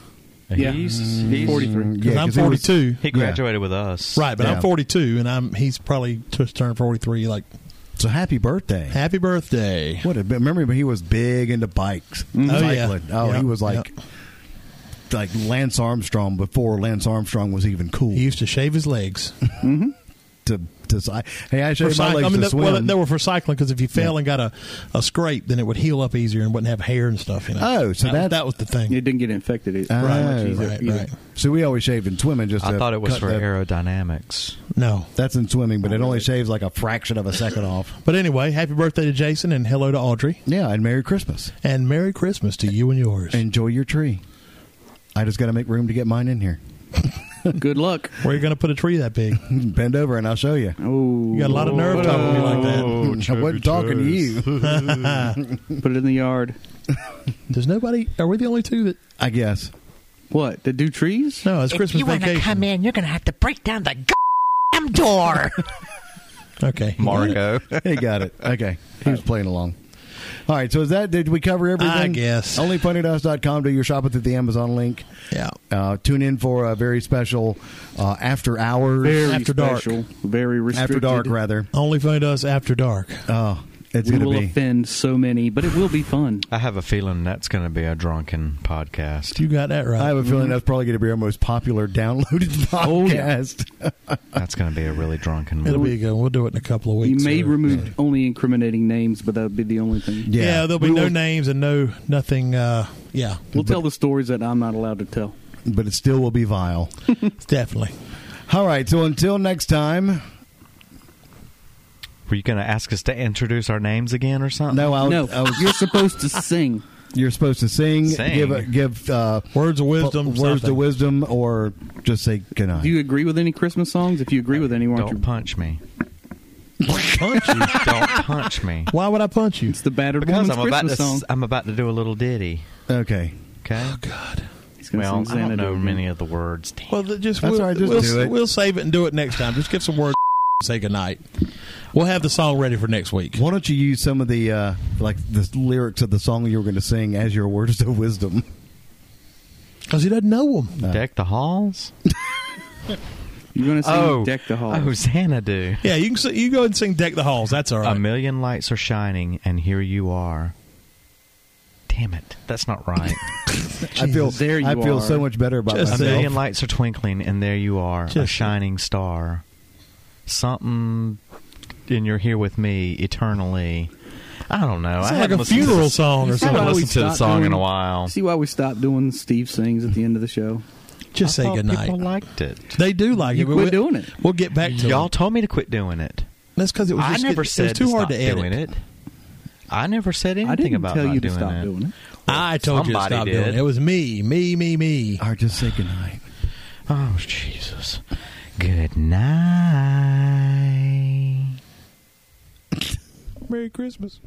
Speaker 3: Yeah,
Speaker 4: He's-
Speaker 3: he's forty-three.
Speaker 1: yeah,
Speaker 2: I'm
Speaker 1: 'cause he was-
Speaker 2: forty two.
Speaker 4: he graduated with us,
Speaker 2: Right, but
Speaker 1: Yeah.
Speaker 2: I'm 42, and I'm he's probably just turned 43. Like,
Speaker 1: so happy birthday.
Speaker 2: happy birthday!
Speaker 1: What a remember when he was big into bikes,
Speaker 2: Oh, yeah.
Speaker 1: cycling. Oh,
Speaker 2: Yeah.
Speaker 1: he was like like Lance Armstrong before Lance Armstrong was even cool.
Speaker 2: He used to shave his legs.
Speaker 1: to to cy- hey, I
Speaker 2: For
Speaker 1: shaved my
Speaker 2: cyc-
Speaker 1: legs
Speaker 2: I mean,
Speaker 1: to
Speaker 2: that- well,
Speaker 1: swim.
Speaker 2: they were for cycling because if you fell and got a, a scrape, then it would heal up easier and wouldn't have hair and stuff. You know?
Speaker 1: Oh, so
Speaker 2: that,
Speaker 1: that's-
Speaker 2: that was the thing.
Speaker 3: It didn't get infected. It,
Speaker 1: Oh,
Speaker 3: right, much easier
Speaker 2: right,
Speaker 3: either.
Speaker 2: right.
Speaker 1: so we always shaved in swimming. Just
Speaker 4: I
Speaker 1: to
Speaker 4: thought it was
Speaker 1: cut
Speaker 4: for
Speaker 1: the-
Speaker 4: aerodynamics.
Speaker 2: No,
Speaker 1: That's in swimming, but it only shaves like a fraction of a second off.
Speaker 2: but anyway, happy birthday to Jason and hello to Audrey
Speaker 1: Yeah, and Merry Christmas.
Speaker 2: and Merry Christmas to you and yours.
Speaker 1: Enjoy your tree. I just got to make room to get mine in here.
Speaker 3: Good luck.
Speaker 2: Where are you going to put a tree that big?
Speaker 1: Bend over and I'll show you.
Speaker 3: Oh,
Speaker 2: You got a lot of nerve talking to me like that.
Speaker 1: I wasn't talking to you.
Speaker 3: Put it in the yard.
Speaker 2: There's nobody. Are we the only two that?
Speaker 1: I guess.
Speaker 3: What? To do trees?
Speaker 2: No, it's Christmas
Speaker 7: if you want to
Speaker 2: vacation.
Speaker 7: come in, you're going to have to break down the goddamn door.
Speaker 2: Okay,
Speaker 4: Marco.
Speaker 1: He got it. Okay. He was playing along. All right. So is that, did we cover everything?
Speaker 2: I guess.
Speaker 1: Onlyfunnydots.com. Do your shopping through the Amazon link.
Speaker 2: Yeah.
Speaker 1: Uh, tune in for a very special uh, after hours.
Speaker 3: Very
Speaker 2: After dark.
Speaker 3: special, Very restricted.
Speaker 1: after dark, rather.
Speaker 2: Only find us after dark.
Speaker 1: Oh, it's
Speaker 3: We
Speaker 1: going to
Speaker 3: will
Speaker 1: be.
Speaker 3: offend so many, but it will be fun.
Speaker 4: I have a feeling that's going to be a drunken podcast.
Speaker 2: You got that right.
Speaker 1: I have a feeling that's probably going to be our most popular downloaded
Speaker 3: Oh, yeah.
Speaker 1: podcast.
Speaker 4: That's going to be a really drunken
Speaker 2: It'll be
Speaker 4: one.
Speaker 2: a good. one. We'll do it in a couple of
Speaker 3: We
Speaker 2: weeks.
Speaker 3: may
Speaker 2: or-
Speaker 3: remove only incriminating names, but that would be the only thing.
Speaker 2: Yeah, there'll be
Speaker 1: We
Speaker 2: no
Speaker 1: will-
Speaker 2: names and no nothing. Uh, yeah,
Speaker 3: We'll tell the stories that I'm not allowed to tell.
Speaker 1: but it still will be vile.
Speaker 2: definitely.
Speaker 1: All right, so until next time.
Speaker 4: Were you going to ask us to introduce our names again or something?
Speaker 1: No, I was,
Speaker 3: no,
Speaker 1: I was,
Speaker 3: you're supposed to sing.
Speaker 1: you're supposed to sing,
Speaker 4: Sing.
Speaker 1: give a- give uh,
Speaker 2: Words of wisdom.
Speaker 1: w- words
Speaker 2: something.
Speaker 1: to wisdom, or just say good
Speaker 3: Do
Speaker 1: night.
Speaker 3: you agree with any Christmas songs? If you agree with any, aren't
Speaker 4: Don't
Speaker 3: you?
Speaker 4: punch me.
Speaker 2: punch you.
Speaker 4: Don't punch me.
Speaker 2: Why would I punch you?
Speaker 3: It's the battered
Speaker 4: Because
Speaker 3: woman's
Speaker 4: I'm about
Speaker 3: Christmas
Speaker 4: to
Speaker 3: song.
Speaker 4: s- I'm about to do a little ditty.
Speaker 1: Okay.
Speaker 4: Okay.
Speaker 2: God.
Speaker 3: He's gonna
Speaker 4: Well,
Speaker 3: sing
Speaker 4: I don't
Speaker 3: Xanadu
Speaker 4: know
Speaker 3: again.
Speaker 4: many of the words. Damn.
Speaker 2: Well, th- just
Speaker 1: That's
Speaker 2: we'll,
Speaker 1: all right, just
Speaker 2: we'll,
Speaker 1: do it.
Speaker 2: we'll save it and do it next time. Just give some words. say goodnight. We'll have the song ready for next week.
Speaker 1: Why don't you use some of the uh, like the lyrics of the song you were going to sing as your words of wisdom?
Speaker 2: Because he doesn't know them.
Speaker 4: Deck the halls.
Speaker 3: You're going to sing
Speaker 4: oh,
Speaker 3: Deck the Hall.
Speaker 4: Oh, Xanadu.
Speaker 2: Yeah, you can s- you go ahead and sing "Deck the Halls." That's all right.
Speaker 4: A million lights are shining, and here you are. Damn it, that's not right.
Speaker 1: I feel
Speaker 3: there you
Speaker 1: I feel
Speaker 3: are.
Speaker 1: so much better about
Speaker 2: Just
Speaker 4: a
Speaker 2: say-
Speaker 1: myself.
Speaker 4: million lights are twinkling, and there you are, a
Speaker 2: Just-
Speaker 4: shining star. Something, and you're here with me eternally. I don't know.
Speaker 2: Sound
Speaker 4: I
Speaker 2: like
Speaker 4: haven't
Speaker 2: a
Speaker 4: listened to
Speaker 2: funeral
Speaker 4: this-
Speaker 2: song or
Speaker 4: I haven't
Speaker 2: something.
Speaker 3: Why we
Speaker 4: listened to the
Speaker 3: stopped
Speaker 4: song in
Speaker 3: doing-
Speaker 4: a while.
Speaker 3: See why we stopped doing Steve sings at the end of the show?
Speaker 2: Just
Speaker 4: I
Speaker 2: say
Speaker 4: thought
Speaker 2: goodnight.
Speaker 4: People liked it.
Speaker 2: they do like
Speaker 3: You
Speaker 2: it. but
Speaker 3: quit
Speaker 2: we-
Speaker 3: doing it.
Speaker 2: We'll get back to
Speaker 4: Y'all
Speaker 2: it.
Speaker 4: told me to quit doing it.
Speaker 2: That's because it was.
Speaker 4: I
Speaker 2: just
Speaker 4: never
Speaker 2: it,
Speaker 4: said
Speaker 2: it was too hard
Speaker 4: stop
Speaker 2: to edit.
Speaker 4: doing it. I never said anything
Speaker 3: I didn't
Speaker 4: about
Speaker 3: tell
Speaker 4: not
Speaker 3: you to
Speaker 4: doing
Speaker 3: stop
Speaker 4: it.
Speaker 3: doing it.
Speaker 2: I told you to
Speaker 4: Somebody
Speaker 2: stop doing
Speaker 4: did.
Speaker 2: it. It was me, me, me, me.
Speaker 1: Or just say goodnight.
Speaker 4: Oh Jesus! Good night.
Speaker 2: Merry Christmas.